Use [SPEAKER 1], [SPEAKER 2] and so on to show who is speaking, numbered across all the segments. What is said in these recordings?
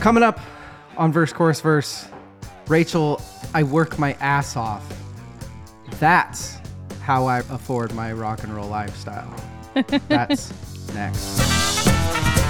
[SPEAKER 1] Coming up on Verse Chorus Verse, Rachel, I work my ass off. That's how I afford my rock and roll lifestyle. That's next.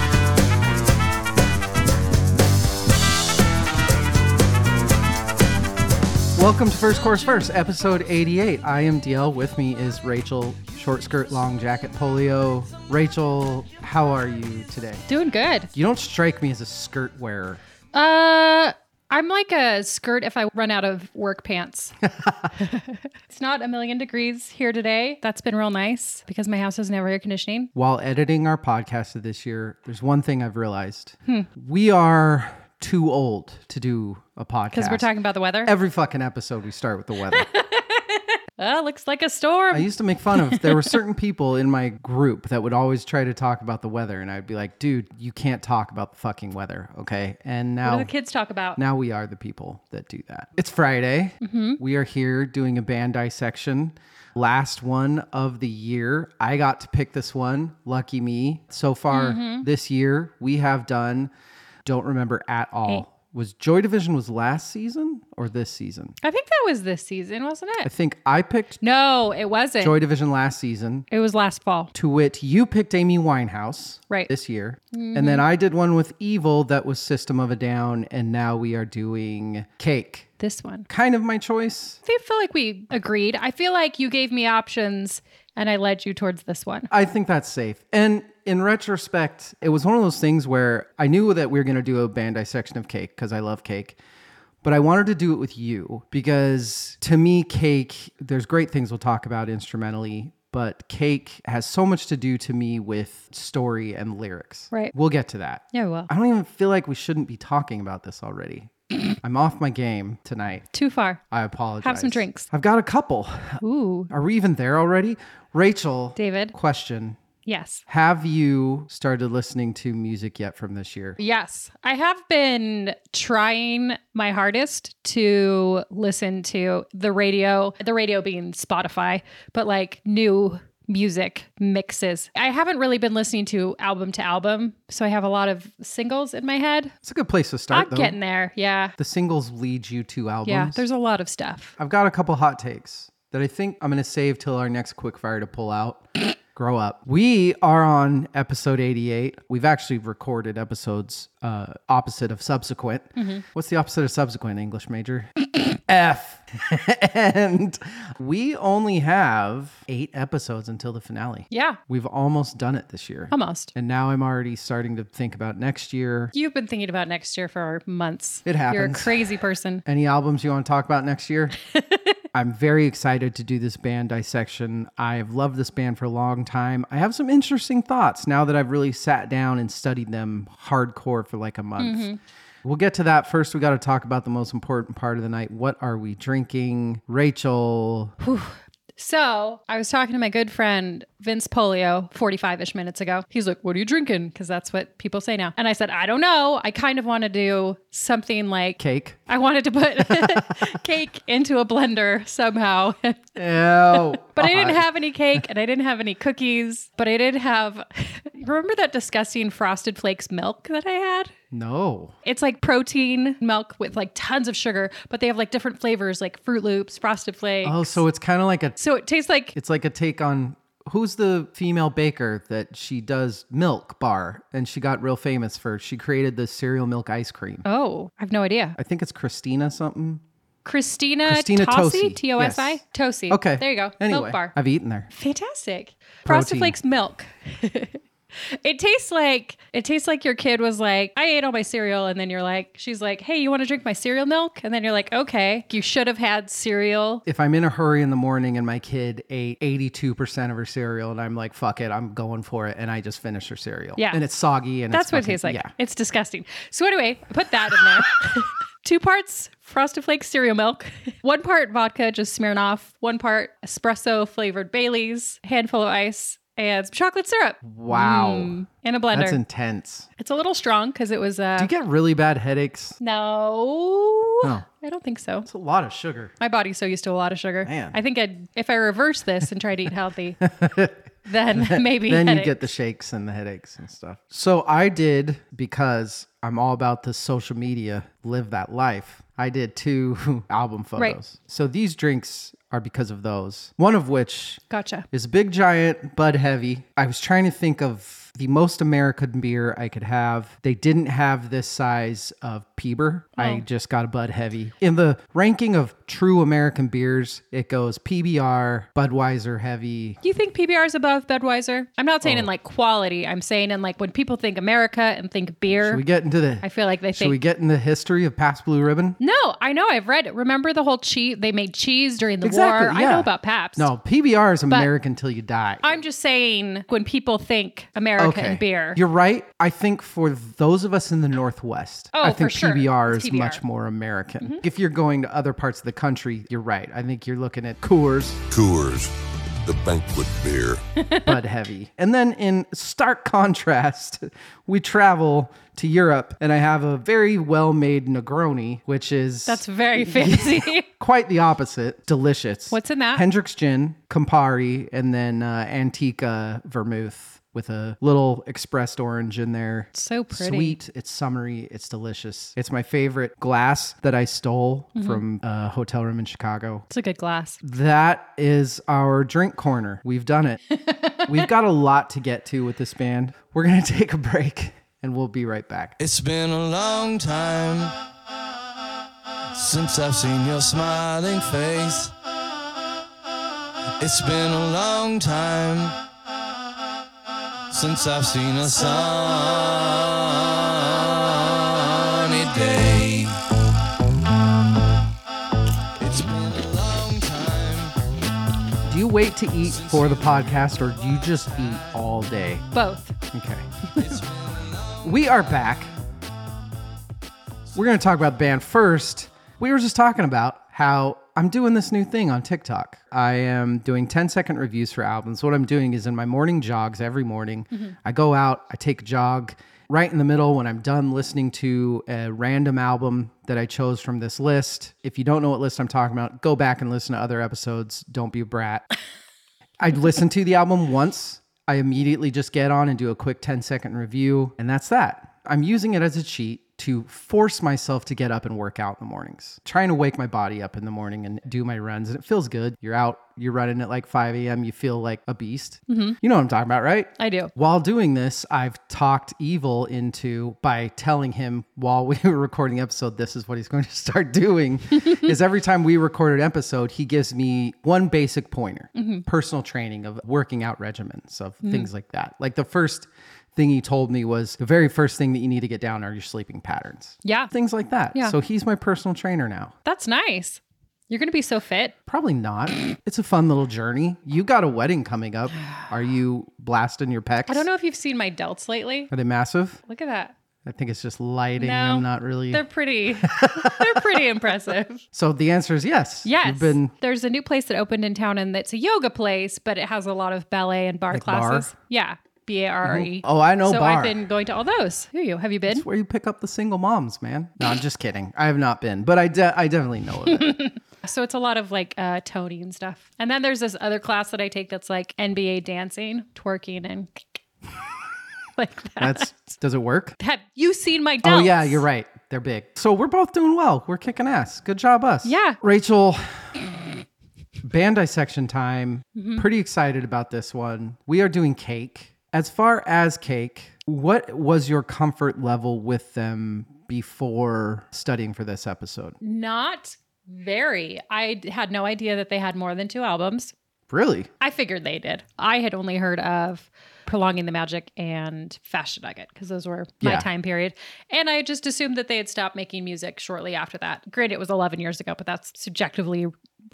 [SPEAKER 1] Welcome to First Course First, episode 88. I am DL. With me is Rachel, short skirt, long jacket, polio. Rachel, how are you today?
[SPEAKER 2] Doing good.
[SPEAKER 1] You don't strike me as a skirt wearer.
[SPEAKER 2] Uh, I'm like a skirt if I run out of work pants. it's not a million degrees here today. That's been real nice because my house doesn't have air conditioning.
[SPEAKER 1] While editing our podcast of this year, there's one thing I've realized
[SPEAKER 2] Hmm.
[SPEAKER 1] we are too old to do a podcast.
[SPEAKER 2] Because we're talking about the weather.
[SPEAKER 1] Every fucking episode, we start with the weather.
[SPEAKER 2] Oh, looks like a
[SPEAKER 1] I
[SPEAKER 2] storm.
[SPEAKER 1] used to make fun of there were certain people in my group that would always try to talk about the weather, and I'd be like, "Dude, you can't talk about the fucking weather, okay?" And
[SPEAKER 2] what
[SPEAKER 1] now
[SPEAKER 2] do the kids talk about?
[SPEAKER 1] now we are the people that do that. It's Friday. We are here doing a band dissection. Last one of the year. I got to pick this one. Lucky me. So far this year, we have done, don't remember at all. Was Joy Division was last season or this season?
[SPEAKER 2] I think that was this season, wasn't
[SPEAKER 1] I
[SPEAKER 2] it?
[SPEAKER 1] think I picked
[SPEAKER 2] No, it wasn't.
[SPEAKER 1] Joy Division last season,
[SPEAKER 2] it was last fall.
[SPEAKER 1] to wit, you picked Amy Winehouse
[SPEAKER 2] Right.
[SPEAKER 1] this year. And then I did one with Evil that was System of a Down. And now we are doing Cake.
[SPEAKER 2] This one.
[SPEAKER 1] Kind of my choice.
[SPEAKER 2] I feel like we agreed. I feel like you gave me options and I led you towards this one.
[SPEAKER 1] I think that's safe. And in retrospect, it was one of those things where I knew that we were going to do a band dissection of cake because I love cake. But I wanted to do it with you because to me, cake, there's great things we'll talk about instrumentally, but cake has so much to do to me with story and lyrics.
[SPEAKER 2] Right.
[SPEAKER 1] We'll get to that.
[SPEAKER 2] Yeah, well,
[SPEAKER 1] I don't even feel like we shouldn't be talking about this already. I'm off my game tonight.
[SPEAKER 2] too far.
[SPEAKER 1] I apologize.
[SPEAKER 2] Have some drinks.
[SPEAKER 1] I've got a couple.
[SPEAKER 2] Ooh,
[SPEAKER 1] Are we even there already? Rachel,
[SPEAKER 2] David.
[SPEAKER 1] question.
[SPEAKER 2] Yes.
[SPEAKER 1] Have you started listening to music yet from this year?
[SPEAKER 2] Yes, I have been trying my hardest to listen to the radio, the radio being Spotify, but like new music mixes. I haven't really been listening to album to album, so I have a lot of singles in my head.
[SPEAKER 1] It's a good place to start,
[SPEAKER 2] I'm
[SPEAKER 1] though.
[SPEAKER 2] getting there. Yeah.
[SPEAKER 1] the singles lead you to albums.
[SPEAKER 2] Yeah, there's a lot of stuff.
[SPEAKER 1] I've got a couple hot takes that I think I'm going to save till our next quickfire to pull out. Grow up. We are on episode 88. We've actually recorded episodes uh, opposite of subsequent.
[SPEAKER 2] Mm-hmm.
[SPEAKER 1] What's the opposite of subsequent, English major? F. and we only have eight episodes until the finale.
[SPEAKER 2] Yeah,
[SPEAKER 1] We've almost done it this year.
[SPEAKER 2] almost.
[SPEAKER 1] And now I'm already starting to think about next year.
[SPEAKER 2] You've been thinking about next year for months.
[SPEAKER 1] It
[SPEAKER 2] You're a
[SPEAKER 1] happens.
[SPEAKER 2] crazy person.
[SPEAKER 1] Any albums you want to talk about next year? I'm very excited to do this band dissection. I've loved this band for a long time. I have some interesting thoughts now that I've really sat down and studied them hardcore for like a month.
[SPEAKER 2] Mm-hmm.
[SPEAKER 1] We'll get to that. First, we got to talk about the most important part of the night. What are we drinking? Rachel,
[SPEAKER 2] So I was talking to my good friend Vince Polio 45 ish minutes ago. He's like, What are you drinking? Because that's what people say now. And I said, I don't know. I kind of want to do something like
[SPEAKER 1] cake.
[SPEAKER 2] I wanted to put cake into a blender somehow. but
[SPEAKER 1] Ew. but
[SPEAKER 2] I didn't have any cake and I didn't have any cookies. But I did have, remember that disgusting Frosted Flakes milk that I had?
[SPEAKER 1] No.
[SPEAKER 2] It's like protein milk with like tons of sugar, but they have like different flavors like Fruit Loops, Frosted Flakes.
[SPEAKER 1] Oh, so it's kind of like a
[SPEAKER 2] so it tastes like
[SPEAKER 1] It's like a take on who's the female baker that she does milk bar and she got real famous for she created the cereal milk ice cream.
[SPEAKER 2] Oh, I have no idea.
[SPEAKER 1] I think it's Christina something.
[SPEAKER 2] Christina,
[SPEAKER 1] Christina
[SPEAKER 2] Tosi,
[SPEAKER 1] Tosi,
[SPEAKER 2] T O S I,
[SPEAKER 1] yes.
[SPEAKER 2] Tosi.
[SPEAKER 1] Okay.
[SPEAKER 2] there you go.
[SPEAKER 1] Anyway,
[SPEAKER 2] Milk bar,
[SPEAKER 1] I've eaten there.
[SPEAKER 2] fantastic. Frosted
[SPEAKER 1] Protein.
[SPEAKER 2] Flakes milk. it tastes like it tastes like your kid was like, I ate all my cereal, and then you're like, she's like, Hey, you want to drink my cereal milk? And then you're like, Okay, you should have had cereal.
[SPEAKER 1] If I'm in a hurry in the morning and my kid ate 82% of her cereal and I'm like, fuck it, I'm going for it. And I just finish her cereal.
[SPEAKER 2] Yeah.
[SPEAKER 1] And it's soggy and
[SPEAKER 2] That's
[SPEAKER 1] it's
[SPEAKER 2] what it
[SPEAKER 1] fucking-
[SPEAKER 2] tastes like.
[SPEAKER 1] Yeah.
[SPEAKER 2] It's disgusting. So anyway, I put that in there. Two parts Frosted Flakes cereal milk, one part vodka, just Smirnoff, one part espresso flavored Bailey's, handful of ice, and some chocolate syrup.
[SPEAKER 1] Wow.
[SPEAKER 2] Mm, in a blender.
[SPEAKER 1] That's intense.
[SPEAKER 2] it's a little strong because it was. Uh,
[SPEAKER 1] Do you get Oh. really bad headaches?
[SPEAKER 2] no,
[SPEAKER 1] No.
[SPEAKER 2] I don't think so.
[SPEAKER 1] It's a lot of sugar.
[SPEAKER 2] My body's so used to a lot of sugar.
[SPEAKER 1] Man.
[SPEAKER 2] I think I'd, if I reverse this and try to eat healthy, then maybe
[SPEAKER 1] then you
[SPEAKER 2] headache.
[SPEAKER 1] get the shakes and the headaches and stuff. So I did because I'm all about the social media, live that life. I did two album photos.
[SPEAKER 2] Right.
[SPEAKER 1] So these drinks are because of those. One of which
[SPEAKER 2] Gotcha.
[SPEAKER 1] is big giant bud heavy. I was trying to think of the most American beer I could have. They didn't have this size of Peeber.
[SPEAKER 2] Oh.
[SPEAKER 1] I just got a Bud Heavy. In the ranking of true American beers, it goes PBR, Budweiser Heavy.
[SPEAKER 2] You think PBR is above Budweiser? I'm not
[SPEAKER 1] Oh.
[SPEAKER 2] saying in like quality. I'm saying in like when people think America and think beer,
[SPEAKER 1] Should we get into the
[SPEAKER 2] I feel like they
[SPEAKER 1] Should we
[SPEAKER 2] think.
[SPEAKER 1] get in the history of Pabst Blue Ribbon?
[SPEAKER 2] no, I know. I've read it. Remember the whole cheese? They made cheese during the
[SPEAKER 1] Exactly,
[SPEAKER 2] war. I
[SPEAKER 1] yeah.
[SPEAKER 2] know about Pabst.
[SPEAKER 1] No, PBR is American till you die.
[SPEAKER 2] I'm just saying when people think America and beer.
[SPEAKER 1] You're right. I think for those of us in the Northwest,
[SPEAKER 2] Oh,
[SPEAKER 1] I
[SPEAKER 2] for
[SPEAKER 1] think
[SPEAKER 2] sure.
[SPEAKER 1] PBR
[SPEAKER 2] It's
[SPEAKER 1] is
[SPEAKER 2] PBR.
[SPEAKER 1] much more American.
[SPEAKER 2] Mm-hmm.
[SPEAKER 1] If you're going to other parts of the country, you're right. I think you're looking at Coors,
[SPEAKER 3] Coors, the banquet beer.
[SPEAKER 1] Bud Heavy. And then in stark contrast, we travel to Europe and I have a very well made Negroni, which is
[SPEAKER 2] That's very fancy.
[SPEAKER 1] quite the opposite. Delicious.
[SPEAKER 2] What's in that?
[SPEAKER 1] Hendrick's gin, Campari, and then uh, Antica vermouth with a little expressed orange in there.
[SPEAKER 2] so pretty.
[SPEAKER 1] Sweet, it's summery, it's delicious. It's my favorite glass that I stole
[SPEAKER 2] Mm-hmm.
[SPEAKER 1] from uh, a hotel room in Chicago.
[SPEAKER 2] It's a good glass.
[SPEAKER 1] That is our drink corner. We've done it. We've got a lot to get to with this band. We're going to take a break and we'll be right back.
[SPEAKER 4] It's been a long time since I've seen your smiling face. It's been a long time since I've seen a sunny day. It's been a long time.
[SPEAKER 1] Do you wait to eat for the podcast or do you just eat all day?
[SPEAKER 2] Both.
[SPEAKER 1] Okay. we are back. We're going to talk about the band first. We were just talking about how I'm doing this new thing on TikTok. I am doing 10 second reviews for albums. What I'm doing is in my morning jogs every morning, I go out, I take a jog. Right in the middle, when I'm done listening to a random album that I chose from this list, if you don't know what list I'm talking about, go back and listen to other episodes. Don't be a brat. I listened to the album once. I immediately just get on and do a quick 10 second review, and that's that. I'm using it as a cheat to force myself to get up and work out in the mornings, trying to wake my body up in the morning and do my runs. And it feels good. You're out, you're running at like 5 a.m., you feel like a beast. You know what I'm talking about, right?
[SPEAKER 2] I do.
[SPEAKER 1] While doing this, I've talked Evil into by telling him while we were recording the episode, this is what he's going to start doing. is every time we record an episode, he gives me one basic pointer,
[SPEAKER 2] Mm-hmm.
[SPEAKER 1] personal training of working out regimens of things like that. Like the first thing he told me was the very first thing that you need to get down are your sleeping patterns.
[SPEAKER 2] Yeah.
[SPEAKER 1] Things like that.
[SPEAKER 2] Yeah.
[SPEAKER 1] So he's my personal trainer now.
[SPEAKER 2] That's nice. You're going to be so fit.
[SPEAKER 1] Probably not. it's a fun little journey. You got a wedding coming up. Are you blasting your pecs?
[SPEAKER 2] I don't know if you've seen my delts lately.
[SPEAKER 1] Are they massive?
[SPEAKER 2] Look at that.
[SPEAKER 1] I think it's just lighting.
[SPEAKER 2] No,
[SPEAKER 1] I'm not really.
[SPEAKER 2] They're pretty. they're pretty impressive.
[SPEAKER 1] So the answer is yes.
[SPEAKER 2] Yes.
[SPEAKER 1] You've been
[SPEAKER 2] There's a new place that opened in town and it's a yoga place, but it has a lot of ballet and bar
[SPEAKER 1] bar?
[SPEAKER 2] classes. Yeah. B A R R E.
[SPEAKER 1] Oh, I know
[SPEAKER 2] So
[SPEAKER 1] bar.
[SPEAKER 2] I've been going to all those. Who you? Have you been?
[SPEAKER 1] it's where you pick up the single moms, man. No, I'm just kidding. I have not been, but I de- I definitely know of it.
[SPEAKER 2] So it's a lot of like uh, Tony and stuff. And then there's this other class that I take that's like NBA dancing, twerking, and like that.
[SPEAKER 1] That's does it work?
[SPEAKER 2] Have you seen my delts?
[SPEAKER 1] Oh yeah, you're right. They're big. So we're both doing well. We're kicking ass. Good job, us.
[SPEAKER 2] Yeah.
[SPEAKER 1] Rachel. Band dissection time.
[SPEAKER 2] Mm-hmm.
[SPEAKER 1] Pretty excited about this one. We are doing cake. As far as cake, what was your comfort level with them before studying for this episode?
[SPEAKER 2] Not very. I d- had no idea that they had more than two albums.
[SPEAKER 1] Really?
[SPEAKER 2] I figured they did. I had only heard of Prolonging the Magic and Fashion Nugget because those were my
[SPEAKER 1] Yeah.
[SPEAKER 2] time period. And I just assumed that they had stopped making music shortly after that. Granted, it was 11 years ago, but that's subjectively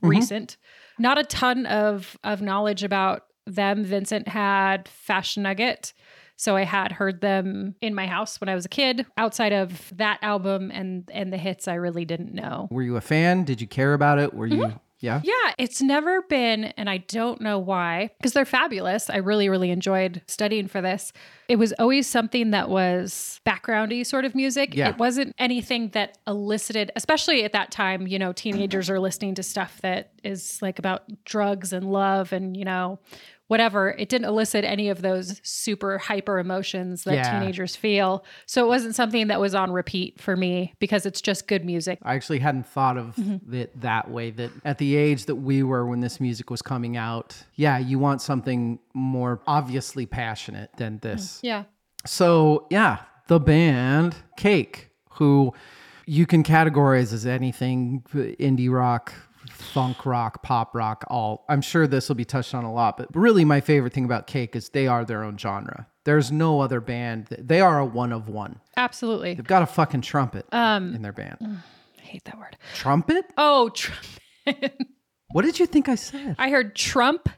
[SPEAKER 2] recent. Not a ton of, of knowledge about them. Vincent had Fashion Nugget. So I had heard them in my house when I was a kid. Outside of that album and and the hits, I really didn't know.
[SPEAKER 1] Were you a fan? Did you care about it? Were you? Yeah.
[SPEAKER 2] Yeah, it's never been, and I don't know why, because they're fabulous. I really, really enjoyed studying for this. It was always something that was backgroundy sort of music.
[SPEAKER 1] Yeah.
[SPEAKER 2] It wasn't anything that elicited, especially at that time, you know, teenagers are listening to stuff that is like about drugs and love and, you know, whatever, it didn't elicit any of those super hyper emotions that
[SPEAKER 1] Yeah.
[SPEAKER 2] teenagers feel. So it wasn't something that was on repeat for me because it's just good music.
[SPEAKER 1] I actually hadn't thought of it that way. That at the age that we were when this music was coming out, yeah, you want something more obviously passionate than this.
[SPEAKER 2] Yeah.
[SPEAKER 1] So, yeah, the band Cake, who you can categorize as anything indie rock, funk rock, pop rock, all. I'm sure this will be touched on a lot, but really my favorite thing about Cake is they are their own genre. There's no other band. They are a one of one.
[SPEAKER 2] Absolutely.
[SPEAKER 1] They've got a fucking trumpet in their band.
[SPEAKER 2] I hate that word.
[SPEAKER 1] Trumpet?
[SPEAKER 2] Oh, tr-
[SPEAKER 1] What did you think I said?
[SPEAKER 2] I heard Trump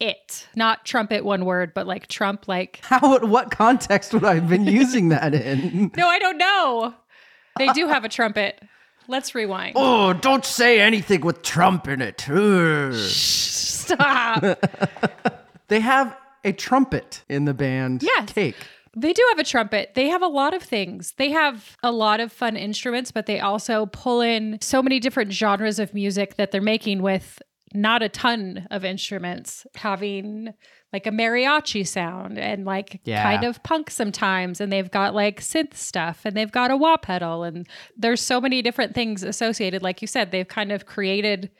[SPEAKER 2] it, not trumpet one word, but like Trump, like
[SPEAKER 1] How? What context would I have been using that in?
[SPEAKER 2] No, I don't know. They do have a trumpet. Let's rewind.
[SPEAKER 1] Oh, don't say anything with Trump in it. Ugh.
[SPEAKER 2] Stop.
[SPEAKER 1] They have a trumpet in the band
[SPEAKER 2] Yes.
[SPEAKER 1] Cake.
[SPEAKER 2] they do have a trumpet. They have a lot of things. They have a lot of fun instruments, but they also pull in so many different genres of music that they're making with not a ton of instruments, having like a mariachi sound and like
[SPEAKER 1] Yeah.
[SPEAKER 2] kind of punk sometimes. And they've got like synth stuff and they've got a wah pedal. And there's so many different things associated. Like you said, they've kind of created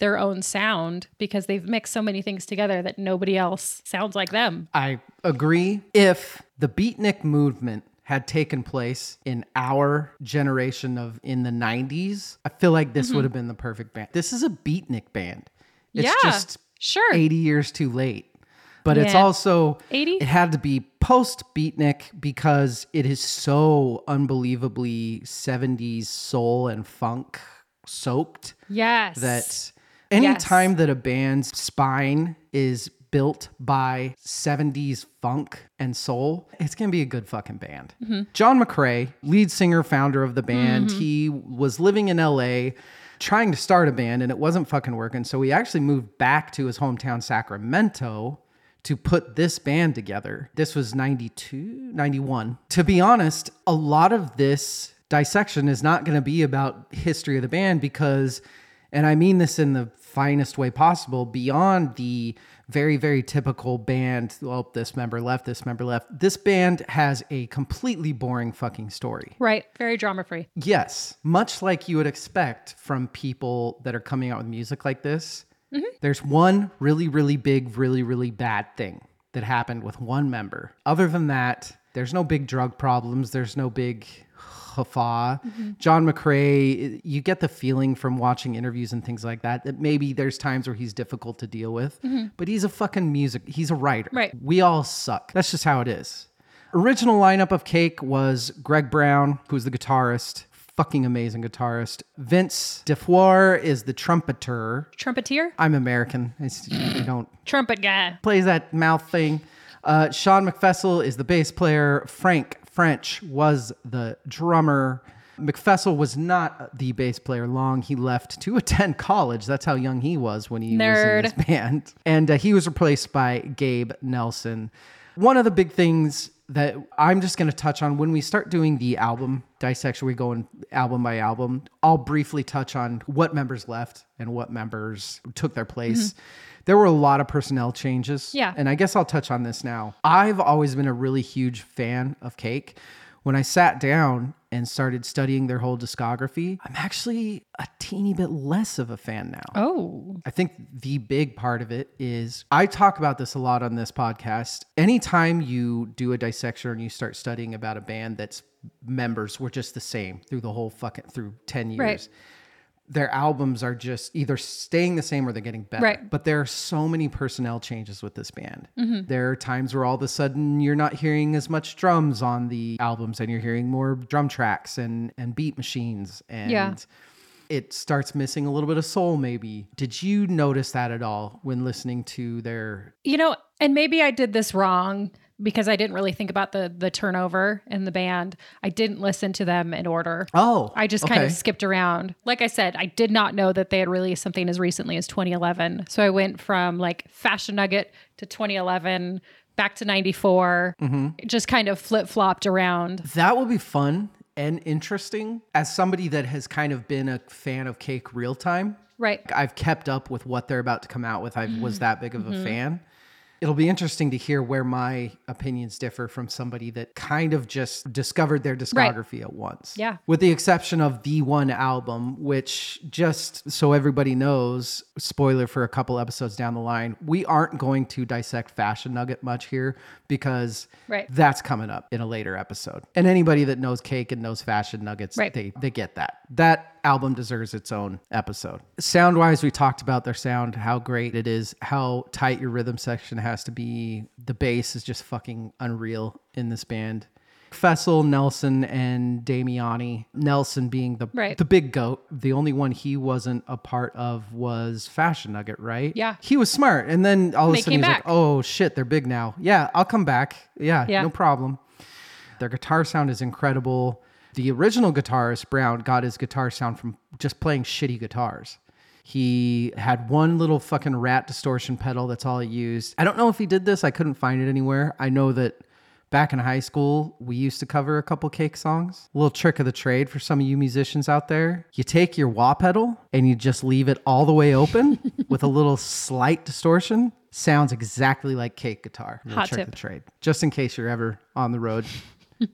[SPEAKER 2] their own sound because they've mixed so many things together that nobody else sounds like them.
[SPEAKER 1] I agree. If the beatnik movement had taken place in our generation of in the 90s, I feel like this would have been the perfect band. This is a beatnik band. It's
[SPEAKER 2] Yeah,
[SPEAKER 1] just
[SPEAKER 2] sure.
[SPEAKER 1] 80 years too late. But it's
[SPEAKER 2] Yeah.
[SPEAKER 1] also
[SPEAKER 2] 80?
[SPEAKER 1] it had to be post beatnik because it is so unbelievably 70s soul and funk soaked
[SPEAKER 2] Yes.
[SPEAKER 1] that anytime that a band's spine is built by 70s funk and soul, it's going to be a good fucking band. John McCrae, lead singer, founder of the band, he was living in LA trying to start a band and it wasn't fucking working. So he actually moved back to his hometown, Sacramento. To put this band together. This was 92, 91. To be honest, a lot of this dissection is not going to be about history of the band because and I mean this in the finest way possible, beyond the very, very typical band, well, this member left, this member left. This band has a completely boring fucking story.
[SPEAKER 2] Right. Very drama free.
[SPEAKER 1] Yes, much like you would expect from people that are coming out with music like this, there's one really, really big, really, really bad thing that happened with one member. Other than that, there's no big drug problems, there's no big huffa. John McCrae, you get the feeling from watching interviews and things like that that maybe there's times where he's difficult to deal with, but he's a fucking music, he's a writer.
[SPEAKER 2] Right.
[SPEAKER 1] We all suck. That's just how it is. Original lineup of Cake was Greg Brown, who's the guitarist, fucking amazing guitarist. Vince DeFoire is the trumpeter.
[SPEAKER 2] Trumpeteer?
[SPEAKER 1] I'm American. It's, I don't
[SPEAKER 2] Trumpet guy.
[SPEAKER 1] plays that mouth thing. Uh, Sean McFessel is the bass player. Frank French was the drummer. McFessel was not the bass player long. He left to attend college. That's how young he was when he
[SPEAKER 2] Nerd.
[SPEAKER 1] was in this band. And uh, he was replaced by Gabe Nelson. One of the big things that I'm just going to touch on when we start doing the album dissection, we go in album by album. I'll briefly touch on what members left and what members took their place. There were a lot of personnel changes.
[SPEAKER 2] Yeah.
[SPEAKER 1] And I guess I'll touch on this now. I've always been a really huge fan of Cake. When I sat down and started studying their whole discography, I'm actually a teeny bit less of a fan now.
[SPEAKER 2] Oh.
[SPEAKER 1] I think the big part of it is I talk about this a lot on this podcast. Anytime you do a dissection and you start studying about a band that's members were just the same through the whole fucking through 10 years.
[SPEAKER 2] Right.
[SPEAKER 1] Their albums are just either staying the same or they're getting better.
[SPEAKER 2] Right. Mm-hmm.
[SPEAKER 1] But there are so many personnel changes with this band. There are times where all of a sudden you're not hearing as much drums on the albums and you're hearing more drum tracks and and beat machines and
[SPEAKER 2] Yeah.
[SPEAKER 1] it starts missing a little bit of soul maybe did you notice that at all when listening to their
[SPEAKER 2] You know, and maybe I did this wrong because I didn't really think about the the turnover in the band. I didn't listen to them in order.
[SPEAKER 1] oh
[SPEAKER 2] I just kind of
[SPEAKER 1] okay.
[SPEAKER 2] skipped around. Like I said, I did not know that they had released something as recently as 2011. So I went from like Fashion Nugget to 2011, back to 94, just kind of flip flopped around.
[SPEAKER 1] that will be fun and interesting as somebody that has kind of been a fan of cake real time
[SPEAKER 2] Right. Mm-hmm.
[SPEAKER 1] I've kept up with what they're about to come out with. I was that big of a fan. It'll be interesting to hear where my opinions differ from somebody that kind of just discovered their discography at once.
[SPEAKER 2] Yeah.
[SPEAKER 1] With the exception of the one album, which just so everybody knows, spoiler for a couple episodes down the line, we aren't going to dissect Fashion Nugget much here because
[SPEAKER 2] Right.
[SPEAKER 1] that's coming up in a later episode. And anybody that knows cake and knows Fashion Nuggets,
[SPEAKER 2] Right.
[SPEAKER 1] they they get that. That album deserves its own episode. Sound wise, we talked about their sound, how great it is, how tight your rhythm section has to be. The bass is just fucking unreal in this band. Fessel, Nelson, and Damiani. Nelson being the
[SPEAKER 2] Right.
[SPEAKER 1] the big goat. The only one he wasn't a part of was Fashion Nugget, right?
[SPEAKER 2] Yeah.
[SPEAKER 1] He was smart. And then all of
[SPEAKER 2] They
[SPEAKER 1] a sudden
[SPEAKER 2] came
[SPEAKER 1] he's
[SPEAKER 2] back.
[SPEAKER 1] like, oh shit, they're big now. Yeah, I'll come back. Yeah,
[SPEAKER 2] Yeah.
[SPEAKER 1] no problem. Their guitar sound is incredible. The original guitarist, Brown, got his guitar sound from just playing shitty guitars. He had one little fucking rat distortion pedal. That's all he used. I don't know if he did this. I couldn't find it anywhere. I know that back in high school, we used to cover a couple cake songs. little trick of the trade for some of you musicians out there. You take your wah pedal and you just leave it all the way open with a little slight distortion. Sounds exactly like cake guitar. Little
[SPEAKER 2] Hot
[SPEAKER 1] trick of
[SPEAKER 2] tip.
[SPEAKER 1] the trade. Just in case you're ever on the road,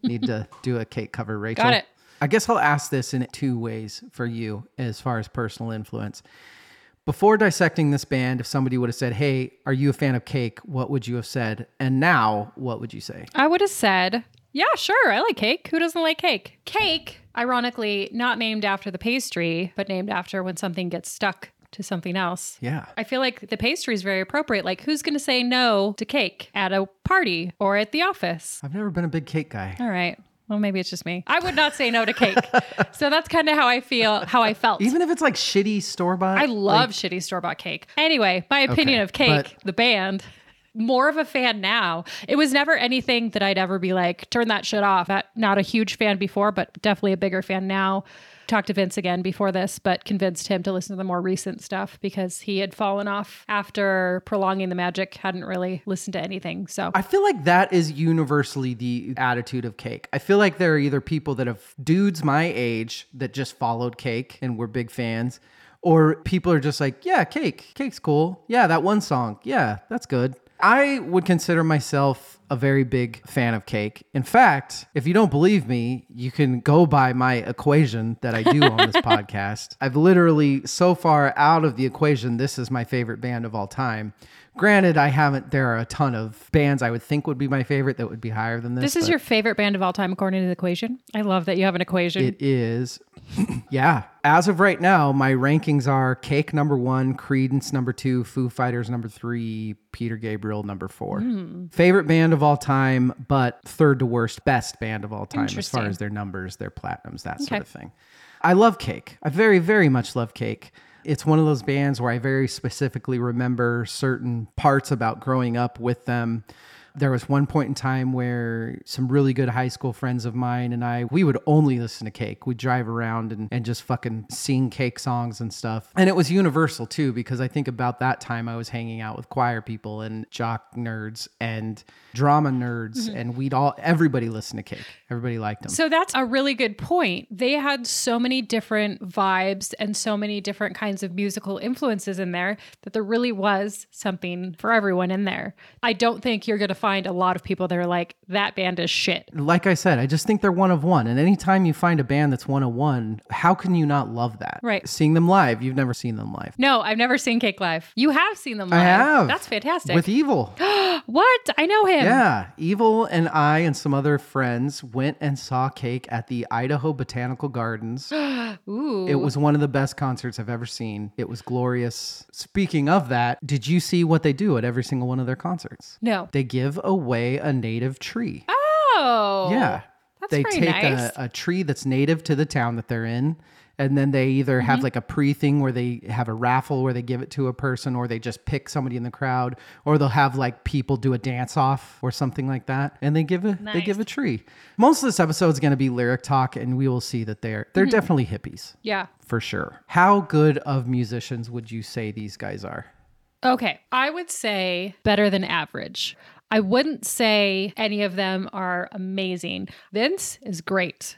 [SPEAKER 1] need to do a cake cover, Rachel.
[SPEAKER 2] Got it.
[SPEAKER 1] I guess I'll ask this in two ways for you as far as personal influence. Before dissecting this band, if somebody would have said, Hey, are you a fan of cake? What would you have said? And now, what would you say?
[SPEAKER 2] I would have said, yeah, sure, I like cake. Who doesn't like cake? Cake, ironically, not named after the pastry, but named after when something gets stuck to something else.
[SPEAKER 1] Yeah.
[SPEAKER 2] I feel like the pastry is very appropriate. Like, who's going to say no to cake at a party or at the office?
[SPEAKER 1] I've never been a big cake guy.
[SPEAKER 2] All right. Well, maybe it's just me. I would not say no to cake. so that's kind of how I feel, how I felt.
[SPEAKER 1] Even if it's like shitty store bought.
[SPEAKER 2] I love shitty store bought cake. Anyway, my opinion
[SPEAKER 1] Okay,
[SPEAKER 2] of Cake,
[SPEAKER 1] but-
[SPEAKER 2] the band, more of a fan now. It was never anything that I'd ever be like, turn that shit off. Not- Not a huge fan before, but definitely a bigger fan now. Talked to Vince again before this, but convinced him to listen to the more recent stuff because he had fallen off after prolonging the magic, hadn't really listened to anything. So
[SPEAKER 1] I feel like that is universally the attitude of cake. I feel like there are either people that have dudes my age that just followed cake and were big fans, or people are just like, yeah, cake, cake's cool. Yeah, that one song. Yeah, that's good. I would consider myself a very big fan of cake. In fact, if you don't believe me, you can go by my equation that I do on this podcast. I've literally so far out of the equation, this is my favorite band of all time. Granted, I haven't, there are a ton of bands I would think would be my favorite that would be higher than this.
[SPEAKER 2] this is
[SPEAKER 1] but
[SPEAKER 2] your favorite band of all time, according to the equation. I love that you have an equation.
[SPEAKER 1] It is. yeah. As of right now, my rankings are Cake number one, Credence number two, Foo Fighters number three, Peter Gabriel number four.
[SPEAKER 2] Hmm.
[SPEAKER 1] Favorite band of all time, but third to worst best band of all time as far
[SPEAKER 2] Interesting.
[SPEAKER 1] as their numbers, their platinums, that
[SPEAKER 2] Okay.
[SPEAKER 1] sort of thing. I love Cake. I very, very much love Cake. It's one of those bands where I very specifically remember certain parts about growing up with them. There was one point in time where some really good high school friends of mine and I, we would only listen to Cake. We'd drive around and, and just fucking sing Cake songs and stuff. And it was universal too, because I think about that time I was hanging out with choir people and jock nerds and drama nerds, and we'd all, everybody listened to Cake. Everybody liked them.
[SPEAKER 2] So that's a really good point. They had so many different vibes and so many different kinds of musical influences in there that there really was something for everyone in there. I don't think you're going to find a lot of people that are like, that band is shit.
[SPEAKER 1] like I said, I just think they're one of one. And anytime you find a band that's one of one, how can you not love that?
[SPEAKER 2] Right.
[SPEAKER 1] Seeing them live, you've never seen them live.
[SPEAKER 2] No, I've never seen Cake Live. You have seen them live.
[SPEAKER 1] I have.
[SPEAKER 2] That's fantastic.
[SPEAKER 1] With Evil.
[SPEAKER 2] what? I know him.
[SPEAKER 1] yeah. Evil and I and some other friends went and saw Cake at the Idaho Botanical Gardens.
[SPEAKER 2] Ooh.
[SPEAKER 1] It was one of the best concerts I've ever seen. It was glorious. Speaking of that, did you see what they do at every single one of their concerts?
[SPEAKER 2] no.
[SPEAKER 1] They give away a native tree.
[SPEAKER 2] Oh.
[SPEAKER 1] Yeah.
[SPEAKER 2] That's
[SPEAKER 1] they
[SPEAKER 2] very
[SPEAKER 1] take
[SPEAKER 2] nice.
[SPEAKER 1] a, a tree that's native to the town that they're in, and then they either have
[SPEAKER 2] Mm-hmm.
[SPEAKER 1] like a pre thing where they have a raffle where they give it to a person, or they just pick somebody in the crowd, or they'll have like people do a dance off or something like that, and they give a they give a tree. Most of this episode is going to be lyric talk, and we will see that they're
[SPEAKER 2] Mm-hmm.
[SPEAKER 1] they're definitely hippies
[SPEAKER 2] Yeah.
[SPEAKER 1] for sure. How good of musicians would you say these guys are?
[SPEAKER 2] Okay, I would say better than average. I wouldn't say any of them are amazing. Vince is great.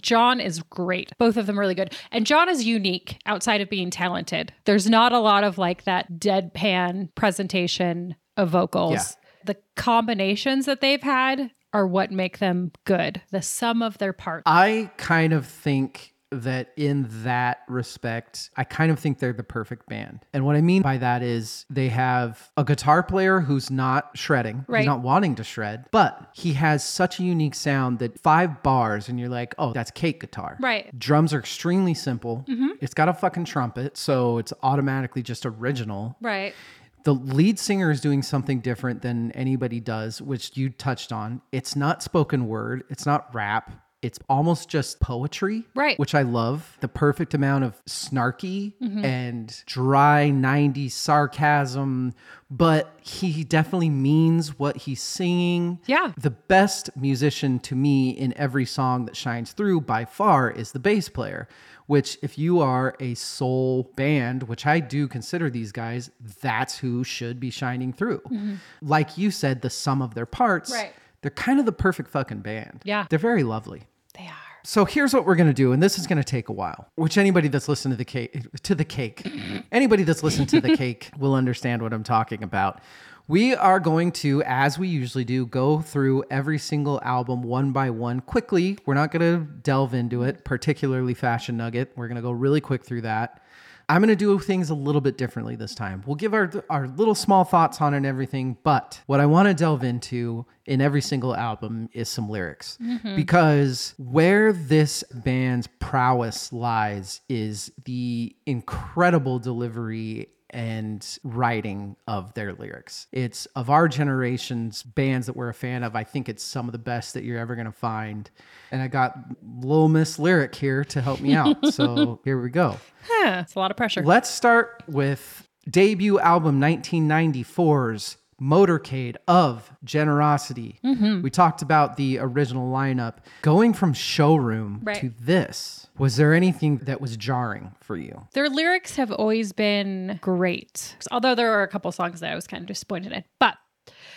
[SPEAKER 2] John is great. Both of them really good. And John is unique outside of being talented. There's not a lot of like that deadpan presentation of vocals.
[SPEAKER 1] Yeah.
[SPEAKER 2] The combinations that they've had are what make them good. The sum of their parts.
[SPEAKER 1] I kind of think that in that respect, I kind of think they're the perfect band. And what I mean by that is they have a guitar player who's not shredding,
[SPEAKER 2] Right.
[SPEAKER 1] he's not wanting to shred, but he has such a unique sound that five bars and you're like, oh, that's cake guitar.
[SPEAKER 2] Right. Mm-hmm.
[SPEAKER 1] Drums are extremely simple. It's got a fucking trumpet, so it's automatically just original
[SPEAKER 2] right.
[SPEAKER 1] the lead singer is doing something different than anybody does, which you touched on. It's not spoken word, it's not rap. It's almost just poetry,
[SPEAKER 2] Right.
[SPEAKER 1] Which I love. The perfect amount of snarky and dry 90s sarcasm, but he definitely means what he's singing.
[SPEAKER 2] Yeah.
[SPEAKER 1] The best musician to me in every song that shines through by far is the bass player, which, if you are a soul band, which I do consider these guys, that's who should be shining through. Like you said, the sum of their parts,
[SPEAKER 2] Mm-hmm. Right.
[SPEAKER 1] they're kind of the perfect fucking band.
[SPEAKER 2] Yeah.
[SPEAKER 1] They're very lovely.
[SPEAKER 2] They are.
[SPEAKER 1] So here's what we're gonna do, and this is gonna take a while. Which anybody that's listened to the cake to the cake, anybody that's listened to the cake will understand what I'm talking about. We are going to, as we usually do, go through every single album one by one quickly. We're not gonna delve into it, particularly Fashion Nugget. We're gonna go really quick through that. I'm going to do things a little bit differently this time. We'll give our our little small thoughts on it and everything, but what I want to delve into in every single album is some lyrics because where this band's prowess lies is the incredible delivery and writing of their lyrics. It's of our generation's bands that we're a fan of. I think it's some of the best that you're ever going to find. And I got Lil Miss Lyric here to help me out. so here we go.
[SPEAKER 2] Huh. It's a lot of pressure.
[SPEAKER 1] Let's start with debut album 1994's Motorcade of Generosity.
[SPEAKER 2] Mm-hmm.
[SPEAKER 1] We talked about the original lineup. Going from showroom
[SPEAKER 2] Right.
[SPEAKER 1] to this, was there anything that was jarring for you?
[SPEAKER 2] Their lyrics have always been great, although there are a couple songs that I was kind of disappointed in. But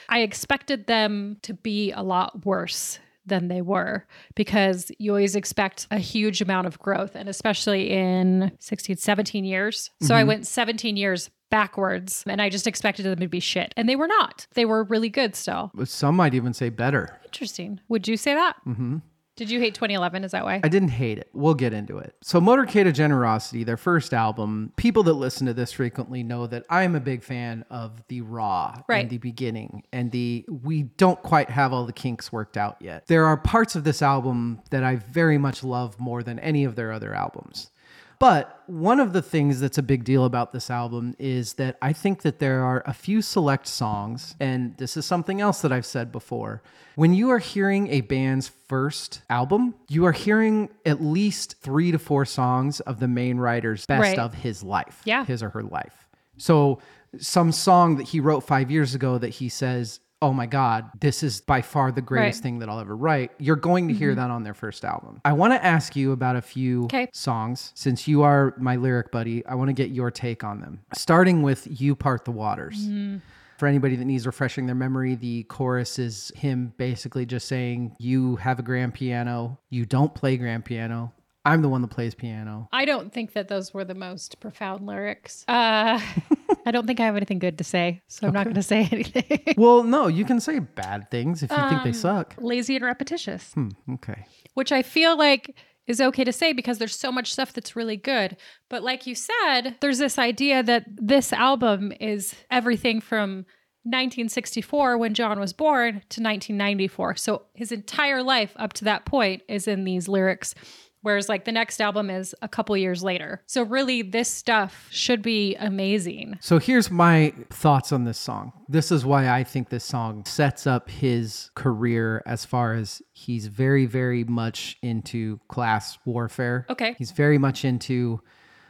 [SPEAKER 2] I expected them to be a lot worse than they were because you always expect a huge amount of growth, and especially in 16, 17 years. So I went 17 years backwards and I just expected them to be shit, and they were not. They were really good still.
[SPEAKER 1] Some might even say better.
[SPEAKER 2] Interesting. Would you say that? Mm-hmm. Did you hate 2011? Is that why?
[SPEAKER 1] I didn't hate it. We'll get into it. So, Motorcade of Generosity, their first album, people that listen to this frequently know that I'm a big fan of the raw
[SPEAKER 2] Right.
[SPEAKER 1] and the beginning and the we don't quite have all the kinks worked out yet. There are parts of this album that I very much love more than any of their other albums. But one of the things that's a big deal about this album is that I think that there are a few select songs, and this is something else that I've said before. When you are hearing a band's first album, you are hearing at least three to four songs of the main writer's best
[SPEAKER 2] Right.
[SPEAKER 1] of his life,
[SPEAKER 2] Yeah.
[SPEAKER 1] his or her life. So, some song that he wrote five years ago that he says, Oh my God, this is by far the greatest
[SPEAKER 2] Right. Mm-hmm.
[SPEAKER 1] thing that I'll ever write. You're going to hear that on their first album. I want to ask you about a few
[SPEAKER 2] Okay.
[SPEAKER 1] songs. Since you are my lyric buddy, I want to get your take on them. Starting with You Part the Waters.
[SPEAKER 2] Mm-hmm.
[SPEAKER 1] For anybody that needs refreshing their memory, the chorus is him basically just saying, You have a grand piano. You don't play grand piano. I'm the one that plays piano.
[SPEAKER 2] I don't think that those were the most profound lyrics. Uh, I don't think I have anything good to say, so I'm not going to say anything.
[SPEAKER 1] Well, no, you can say bad things if you think they suck.
[SPEAKER 2] Lazy and repetitious,
[SPEAKER 1] Okay.
[SPEAKER 2] which I feel like is okay to say because there's so much stuff that's really good. But like you said, there's this idea that this album is everything from 1964 when John was born to 1994. So his entire life up to that point is in these lyrics. Whereas, like, the next album is a couple years later. So, really, this stuff should be amazing.
[SPEAKER 1] So here's my thoughts on this song. This is why I think this song sets up his career as far as he's very, very much into class warfare.
[SPEAKER 2] Okay.
[SPEAKER 1] He's very much into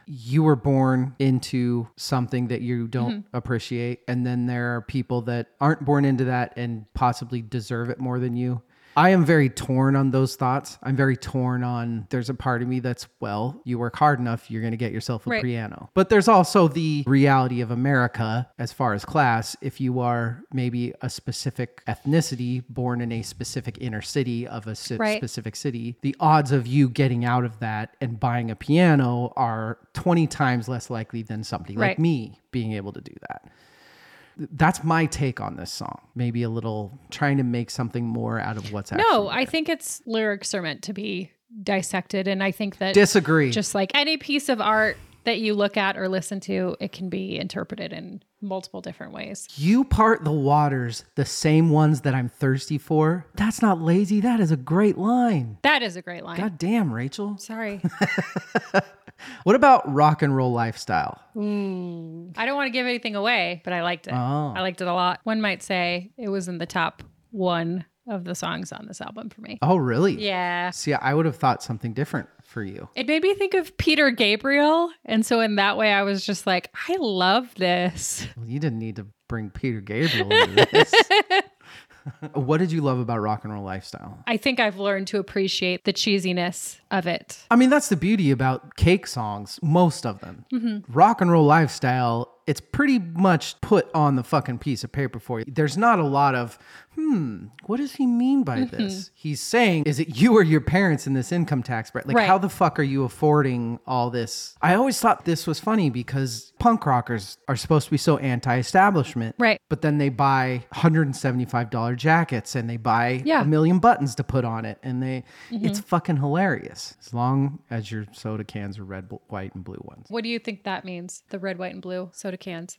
[SPEAKER 1] you were born into something that you don't
[SPEAKER 2] Mm-hmm.
[SPEAKER 1] appreciate. And then there are people that aren't born into that and possibly deserve it more than you. I am very torn on those thoughts. I'm very torn on there's a part of me that's, well, you work hard enough, you're going to get yourself a
[SPEAKER 2] Right.
[SPEAKER 1] piano. But there's also the reality of America as far as class. If you are maybe a specific ethnicity born in a specific inner city of a si-
[SPEAKER 2] Right.
[SPEAKER 1] specific city, the odds of you getting out of that and buying a piano are 20 times less likely than somebody like
[SPEAKER 2] Right.
[SPEAKER 1] me being able to do that. That's my take on this song. Maybe a little trying to make something more out of what's actually.
[SPEAKER 2] No, I think its lyrics are meant to be dissected. And I think that
[SPEAKER 1] disagree.
[SPEAKER 2] just like any piece of art that you look at or listen to, it can be interpreted in multiple different ways.
[SPEAKER 1] you part the waters, the same ones that I'm thirsty for. That's not lazy. That is a great line.
[SPEAKER 2] That is a great line.
[SPEAKER 1] God damn, Rachel.
[SPEAKER 2] Sorry.
[SPEAKER 1] What about rock and roll lifestyle?
[SPEAKER 2] I don't want to give anything away, but I liked it.
[SPEAKER 1] Oh.
[SPEAKER 2] I liked it a lot. One might say it was in the top one of the songs on this album for me.
[SPEAKER 1] Oh, really?
[SPEAKER 2] Yeah.
[SPEAKER 1] See, I would have thought something different for you.
[SPEAKER 2] It made me think of Peter Gabriel. And so, in that way, I was just like, I love this.
[SPEAKER 1] Well, you didn't need to bring Peter Gabriel into this. what did you love about rock and roll lifestyle?
[SPEAKER 2] I think I've learned to appreciate the cheesiness of it.
[SPEAKER 1] I mean, that's the beauty about cake songs, most of them.
[SPEAKER 2] Mm-hmm.
[SPEAKER 1] Rock and roll lifestyle, it's pretty much put on the fucking piece of paper for you. There's not a lot of, hmm, what does he mean by
[SPEAKER 2] Mm-hmm.
[SPEAKER 1] this? He's saying, is it you or your parents in this income tax bracket? Like,
[SPEAKER 2] Right.
[SPEAKER 1] how the fuck are you affording all this? I always thought this was funny because punk rockers are supposed to be so anti establishment.
[SPEAKER 2] Right.
[SPEAKER 1] But then they buy $175 jackets and they buy
[SPEAKER 2] Yeah.
[SPEAKER 1] a million buttons to put on it. And they, it's fucking hilarious. As long as your soda cans are red, bl- white, and blue ones.
[SPEAKER 2] What do you think that means? The red, white, and blue soda cans.